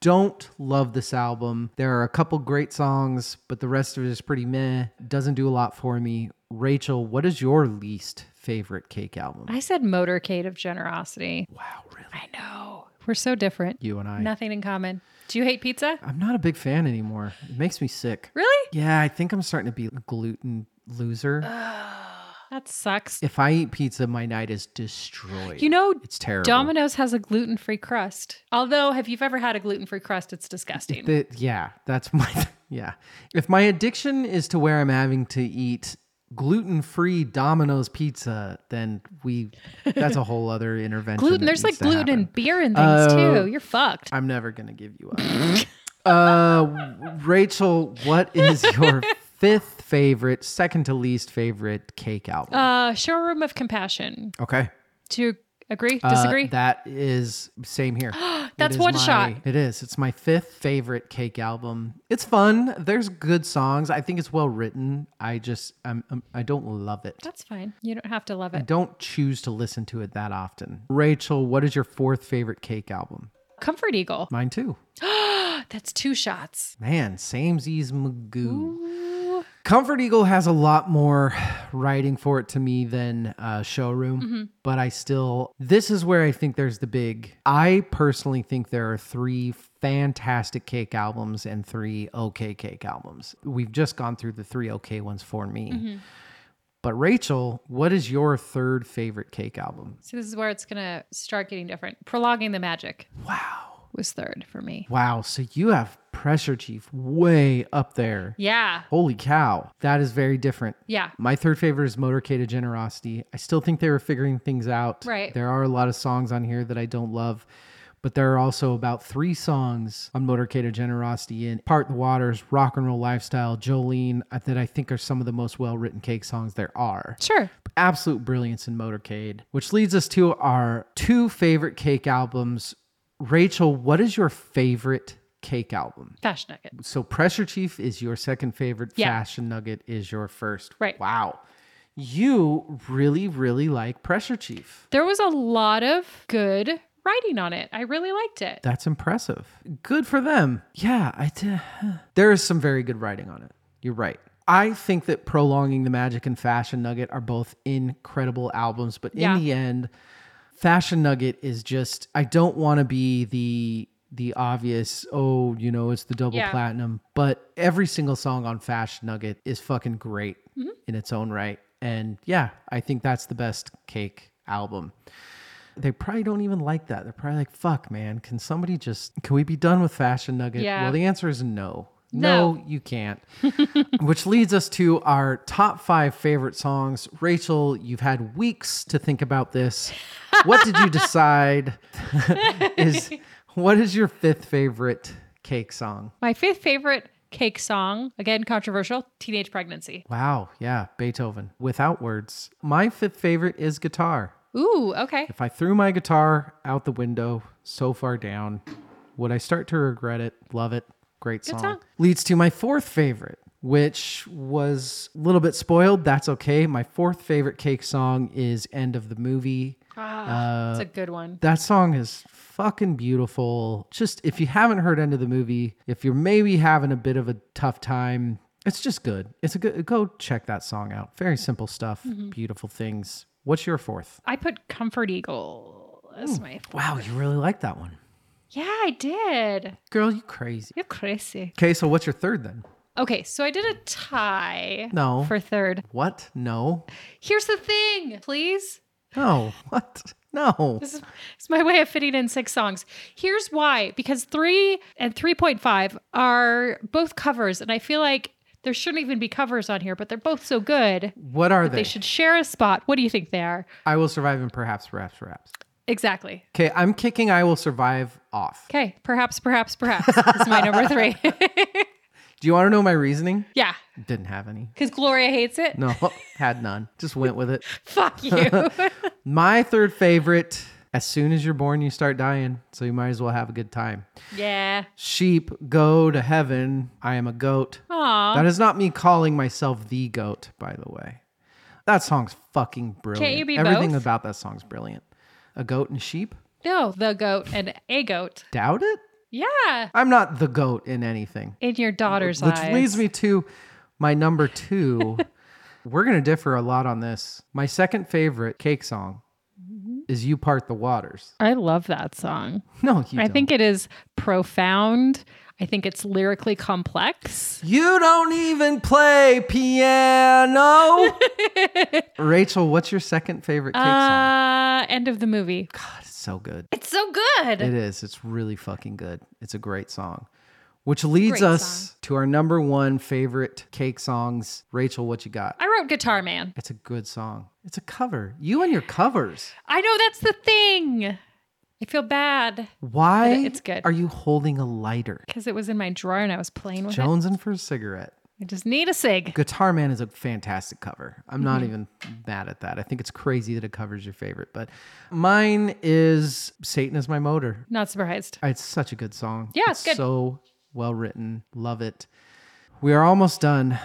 [SPEAKER 1] don't love this album. There are a couple great songs, but the rest of it is pretty meh. Doesn't do a lot for me. Rachel, what is your least favorite cake album?
[SPEAKER 2] I said motorcade of generosity.
[SPEAKER 1] wow, really?
[SPEAKER 2] I know we're so different.
[SPEAKER 1] You and I.
[SPEAKER 2] Nothing in common. Do you hate pizza?
[SPEAKER 1] I'm not a big fan anymore. It makes me sick.
[SPEAKER 2] Really?
[SPEAKER 1] Yeah, I think I'm starting to be a gluten
[SPEAKER 2] Uh,
[SPEAKER 1] loser.
[SPEAKER 2] That sucks.
[SPEAKER 1] If I eat pizza, my night is destroyed.
[SPEAKER 2] You know,
[SPEAKER 1] it's terrible.
[SPEAKER 2] Domino's has a gluten free crust. Although, have you ever had a gluten free crust? It's disgusting.
[SPEAKER 1] The- yeah, that's my yeah. If my addiction is to where I'm having to eat gluten-free Domino's pizza, then we that's a whole other intervention. that
[SPEAKER 2] gluten, there's like
[SPEAKER 1] needs to
[SPEAKER 2] gluten
[SPEAKER 1] happen.
[SPEAKER 2] in beer and things
[SPEAKER 1] Oh.
[SPEAKER 2] too. You're fucked.
[SPEAKER 1] I'm never gonna give you up. uh, Rachel, what is your fifth favorite, second to least favorite cake album?
[SPEAKER 2] Uh, showroom of compassion.
[SPEAKER 1] okay.
[SPEAKER 2] Do you agree?
[SPEAKER 1] Uh,
[SPEAKER 2] Disagree?
[SPEAKER 1] that is same here. It
[SPEAKER 2] That's
[SPEAKER 1] is
[SPEAKER 2] one
[SPEAKER 1] my-
[SPEAKER 2] shot.
[SPEAKER 1] It is. It's my fifth favorite Cake album. It's fun. There's good songs. I think it's well written. I just I'm, I'm I don't love it.
[SPEAKER 2] That's fine. You don't have to love
[SPEAKER 1] I
[SPEAKER 2] it.
[SPEAKER 1] don't choose to listen to it that often. Rachel, what is your fourth favorite Cake album?
[SPEAKER 2] Comfort Eagle. Ah,
[SPEAKER 1] Mine too.
[SPEAKER 2] That's two shots.
[SPEAKER 1] Man, Samesies Magoo.
[SPEAKER 2] Ooh.
[SPEAKER 1] Comfort Eagle has a lot more writing for it to me than uh, Showroom, but I still, this is where I think there's the big. I personally think there are three fantastic cake albums and three okay cake albums. We've just gone through the three okay ones for me. But Rachel, what is your third favorite cake album?
[SPEAKER 2] So this is where it's gonna start getting different. Prolonging the magic
[SPEAKER 1] Wow.
[SPEAKER 2] was third for me.
[SPEAKER 1] Wow. So you have Pressure Chief way up there.
[SPEAKER 2] Yeah.
[SPEAKER 1] Holy cow. That is very different.
[SPEAKER 2] Yeah.
[SPEAKER 1] My third favorite is Motorcade of Generosity. I still think they were figuring things out.
[SPEAKER 2] Right.
[SPEAKER 1] There are a lot of songs on here that I don't love, but there are also about three songs on Motorcade of Generosity and Part the Waters, Rock and Roll Lifestyle, Jolene, uh, that I think are some of the most well written cake songs there are.
[SPEAKER 2] Sure.
[SPEAKER 1] Absolute brilliance in Motorcade, which leads us to our two favorite cake albums. Rachel, what is your favorite cake album?
[SPEAKER 2] Fashion nugget.
[SPEAKER 1] So Pressure Chief is your second favorite.
[SPEAKER 2] Yeah.
[SPEAKER 1] Fashion Nugget is your first.
[SPEAKER 2] Right.
[SPEAKER 1] Wow. You really, really like Pressure Chief.
[SPEAKER 2] There was a lot of good writing on it. I really liked it.
[SPEAKER 1] That's impressive. Good for them. Yeah, I d- there is some very good writing on it. You're right. I think that Prolonging the Magic and Fashion Nugget are both incredible albums, but
[SPEAKER 2] Yeah.
[SPEAKER 1] in the end, Fashion Nugget is just I don't want to be the the obvious, oh, you know, it's the double
[SPEAKER 2] Yeah.
[SPEAKER 1] platinum, but every single song on Fashion Nugget is fucking great in its own right. And yeah, I think that's the best cake album they probably don't even like that. They're probably like, fuck, man, can somebody just, can we be done with Fashion Nugget?
[SPEAKER 2] Yeah.
[SPEAKER 1] Well, the answer is no.
[SPEAKER 2] No.
[SPEAKER 1] you can't. Which leads us to our top five favorite songs. Rachel, you've had weeks to think about this. What did you decide? is what is your fifth favorite cake song?
[SPEAKER 2] My fifth favorite cake song, again controversial, teenage pregnancy.
[SPEAKER 1] Wow, yeah, Beethoven. Without words. My fifth favorite is guitar.
[SPEAKER 2] Ooh, okay.
[SPEAKER 1] If I threw my guitar out the window so far down, would I start to regret it? Love it. Great song.
[SPEAKER 2] song.
[SPEAKER 1] Leads to my fourth favorite, which was a little bit spoiled. That's okay. My fourth favorite cake song is End of the Movie. Uh,
[SPEAKER 2] Ah, it's a good one.
[SPEAKER 1] That song is fucking beautiful. Just if you haven't heard End of the Movie, if you're maybe having a bit of a tough time, it's just good. It's a good go check that song out. Very simple stuff, beautiful things. What's your fourth?
[SPEAKER 2] I put Comfort Eagle as my
[SPEAKER 1] Wow, you really like that one.
[SPEAKER 2] Yeah, I did.
[SPEAKER 1] Girl, you crazy.
[SPEAKER 2] You're crazy.
[SPEAKER 1] Okay, so what's your third then?
[SPEAKER 2] Okay, so I did a tie
[SPEAKER 1] No.
[SPEAKER 2] for third.
[SPEAKER 1] What? No.
[SPEAKER 2] Here's the thing, please.
[SPEAKER 1] No. What? No.
[SPEAKER 2] This is it's my way of fitting in six songs. Here's why because three and 3.5 are both covers, and I feel like there shouldn't even be covers on here, but they're both so good.
[SPEAKER 1] What are
[SPEAKER 2] They
[SPEAKER 1] they?
[SPEAKER 2] should share a spot. What do you think they are?
[SPEAKER 1] I will survive and perhaps, perhaps, perhaps.
[SPEAKER 2] Exactly.
[SPEAKER 1] Okay, I'm kicking I will survive off.
[SPEAKER 2] Okay, perhaps, perhaps, perhaps is my number three.
[SPEAKER 1] Do you want to know my reasoning?
[SPEAKER 2] yeah,
[SPEAKER 1] Didn't have any.
[SPEAKER 2] because Gloria hates it.
[SPEAKER 1] No, had none. Just went with it.
[SPEAKER 2] Fuck you.
[SPEAKER 1] My third favorite. As soon as you're born, you start dying, so you might as well have a good time.
[SPEAKER 2] yeah.
[SPEAKER 1] Sheep go to heaven. I am a goat.
[SPEAKER 2] Aw.
[SPEAKER 1] That is not me calling myself the goat, by the way. That song's fucking brilliant.
[SPEAKER 2] you be
[SPEAKER 1] Everything
[SPEAKER 2] both?
[SPEAKER 1] about that song's brilliant. A goat and sheep?
[SPEAKER 2] No, the goat and a goat.
[SPEAKER 1] Doubt it?
[SPEAKER 2] Yeah.
[SPEAKER 1] I'm not the goat in anything.
[SPEAKER 2] In your daughter's
[SPEAKER 1] Which
[SPEAKER 2] eyes.
[SPEAKER 1] leads me to my number two. We're going to differ a lot on this. My second favorite cake song is You Part the Waters.
[SPEAKER 2] I love that song.
[SPEAKER 1] No, you
[SPEAKER 2] I
[SPEAKER 1] don't.
[SPEAKER 2] think it is profound. I think it's lyrically complex.
[SPEAKER 1] you don't even play piano. Rachel, what's your second favorite cake song?
[SPEAKER 2] Uh, end of the movie.
[SPEAKER 1] God, it's so good.
[SPEAKER 2] It's so good.
[SPEAKER 1] It is. It's really fucking good. It's a great song. Which leads
[SPEAKER 2] Great
[SPEAKER 1] us to our number one favorite cake songs. Rachel, what you got?
[SPEAKER 2] I wrote Guitar Man.
[SPEAKER 1] It's a good song. It's a cover. You and your covers.
[SPEAKER 2] I know that's the thing. I feel bad
[SPEAKER 1] Why
[SPEAKER 2] It- it's good.
[SPEAKER 1] are you holding a lighter?
[SPEAKER 2] because it was in my drawer and I was playing with
[SPEAKER 1] Jones and for a cigarette.
[SPEAKER 2] it. I just need a sig.
[SPEAKER 1] Guitar Man is a fantastic cover. I'm
[SPEAKER 2] Mm-hmm.
[SPEAKER 1] not even mad at that. I think it's crazy that it covers your favorite, but mine is Satan is my motor.
[SPEAKER 2] Not surprised.
[SPEAKER 1] It's such a good song.
[SPEAKER 2] Yeah, it's good.
[SPEAKER 1] So well written. Love it. We are almost done.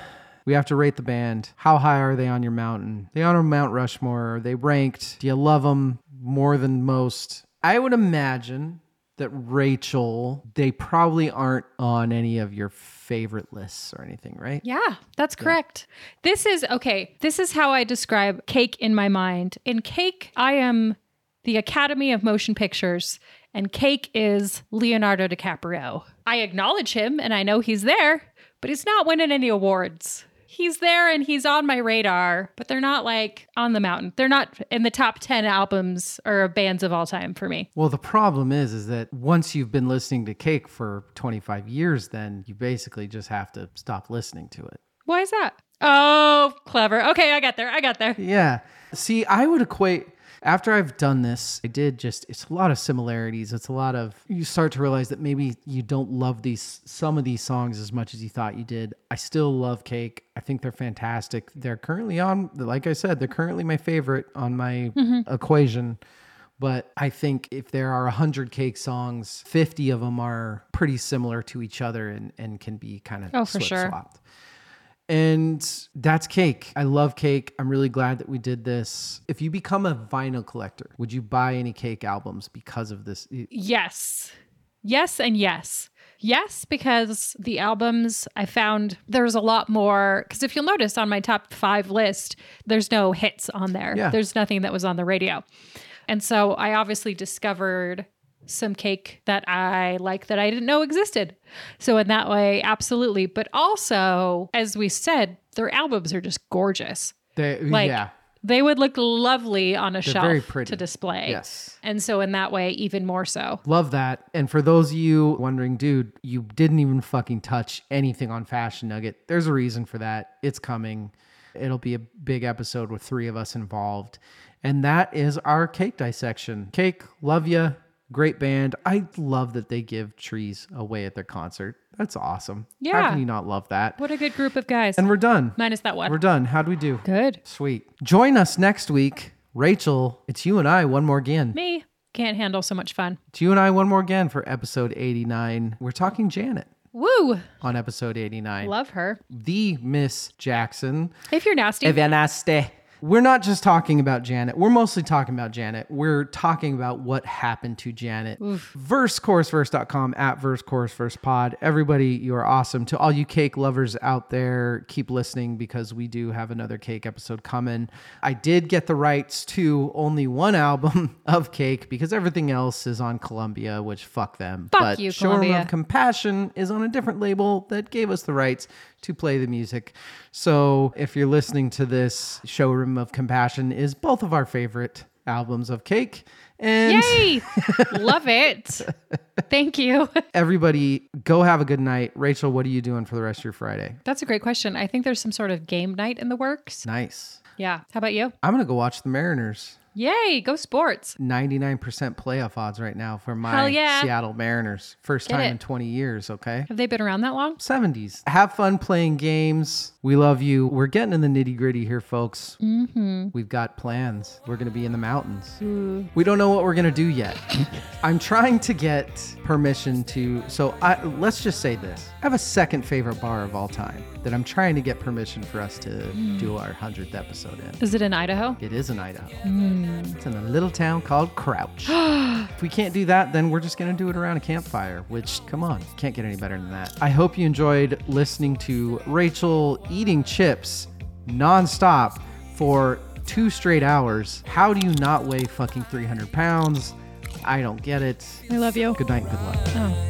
[SPEAKER 1] We have to rate the band. How high are they on your mountain? They on Mount Rushmore. Are they ranked? Do you love them more than most? I would imagine that Rachel, they probably aren't on any of your favorite lists or anything, right?
[SPEAKER 2] Yeah, that's correct. This is okay. This is how I describe cake in my mind. In cake, I am the Academy of Motion Pictures, and cake is Leonardo DiCaprio. I acknowledge him and I know he's there, but he's not winning any awards. He's there and he's on my radar, but they're not like on the mountain. They're not in the top 10 albums or bands of all time for me.
[SPEAKER 1] Well, the problem is, is that once you've been listening to Cake for 25 years, then you basically just have to stop listening to it.
[SPEAKER 2] Why is that? Oh, clever. Okay, I got there. I got there.
[SPEAKER 1] Yeah. See, I would equate after I've done this, I did just it's a lot of similarities. It's a lot of you start to realize that maybe you don't love these some of these songs as much as you thought you did. I still love Cake. I think they're fantastic. They're currently on like I said, they're currently my favorite on my
[SPEAKER 2] Mm-hmm.
[SPEAKER 1] equation. But I think if there are 100 cake songs, 50 of them are pretty similar to each other and, and can be kind of
[SPEAKER 2] Oh, for sure.
[SPEAKER 1] swapped. And that's cake. I love cake. I'm really glad that we did this. If you become a vinyl collector, would you buy any cake albums because of this?
[SPEAKER 2] Yes. Yes and yes. Yes, because the albums I found there's a lot more. Because if you'll notice on my top five list, there's no hits on there.
[SPEAKER 1] Yeah.
[SPEAKER 2] There's nothing that was on the radio. And so I obviously discovered some cake that I like that I didn't know existed. So in that way, absolutely. But also, as we said, their albums are just gorgeous.
[SPEAKER 1] They,
[SPEAKER 2] Like
[SPEAKER 1] yeah.
[SPEAKER 2] they would look lovely on a shelf
[SPEAKER 1] very pretty.
[SPEAKER 2] to display.
[SPEAKER 1] Yes.
[SPEAKER 2] And so in that way, even more so.
[SPEAKER 1] Love that. And for those of you wondering, dude, you didn't even fucking touch anything on Fashion Nugget. There's a reason for that. It's coming. It'll be a big episode with three of us involved. And that is our cake dissection. Cake, love ya. Great band. I love that they give trees away at their concert. That's awesome. How
[SPEAKER 2] Yeah.
[SPEAKER 1] can you not love that?
[SPEAKER 2] What a good group of guys.
[SPEAKER 1] And we're done.
[SPEAKER 2] Minus that one.
[SPEAKER 1] We're done. How'd we do?
[SPEAKER 2] good.
[SPEAKER 1] Sweet. Join us next week. Rachel, it's you and I one more again.
[SPEAKER 2] Me can't handle so much fun.
[SPEAKER 1] It's you and I one more again for episode 89. We're talking Janet
[SPEAKER 2] Woo.
[SPEAKER 1] on episode 89.
[SPEAKER 2] Love her.
[SPEAKER 1] the Miss Jackson.
[SPEAKER 2] If you're nasty,
[SPEAKER 1] Evanaste. We're not just talking about Janet. We're mostly talking about Janet. We're talking about what happened to Janet. VerseCourseVerse.com at VerseCourseVersePod. Everybody, you are awesome. To all you cake lovers out there, keep listening because we do have another cake episode coming. I did get the rights to only one album of cake because everything else is on Columbia, which fuck them.
[SPEAKER 2] Fuck
[SPEAKER 1] but
[SPEAKER 2] you,
[SPEAKER 1] Showroom of
[SPEAKER 2] Columbia.
[SPEAKER 1] Compassion is on a different label that gave us the rights to play the music. So if you're listening to this, Showroom of Compassion is both of our favorite albums of Cake. And
[SPEAKER 2] yay. Love it. Thank you.
[SPEAKER 1] everybody, go have a good night. Rachel, what are you doing for the rest of your Friday?
[SPEAKER 2] That's a great question. I think there's some sort of game night in the works.
[SPEAKER 1] Nice.
[SPEAKER 2] Yeah. How about you?
[SPEAKER 1] I'm going to go watch the Mariners.
[SPEAKER 2] Yay. Go sports.
[SPEAKER 1] 99% playoff odds right now for my
[SPEAKER 2] Hell yeah.
[SPEAKER 1] Seattle Mariners. First
[SPEAKER 2] Get
[SPEAKER 1] time
[SPEAKER 2] it.
[SPEAKER 1] in 20 years, okay?
[SPEAKER 2] Have they been around that long?
[SPEAKER 1] 70s. Have fun playing games. We love you. We're getting in the nitty gritty here, folks. Mm-hmm. We've got plans. We're going to be in the mountains. We don't know what we're going to do yet. I'm trying to get permission to. So I, let's just say this I have a second favorite bar of all time that I'm trying to get permission for us to do our 100th episode in.
[SPEAKER 2] Is it in Idaho?
[SPEAKER 1] It is in Idaho. It's in a little town called Crouch. if we can't do that, then we're just going to do it around a campfire, which, come on, can't get any better than that. I hope you enjoyed listening to Rachel eating chips nonstop for two straight hours. How do you not weigh fucking 300 pounds? I don't get it.
[SPEAKER 2] I love you.
[SPEAKER 1] Good night and good luck.
[SPEAKER 2] Oh.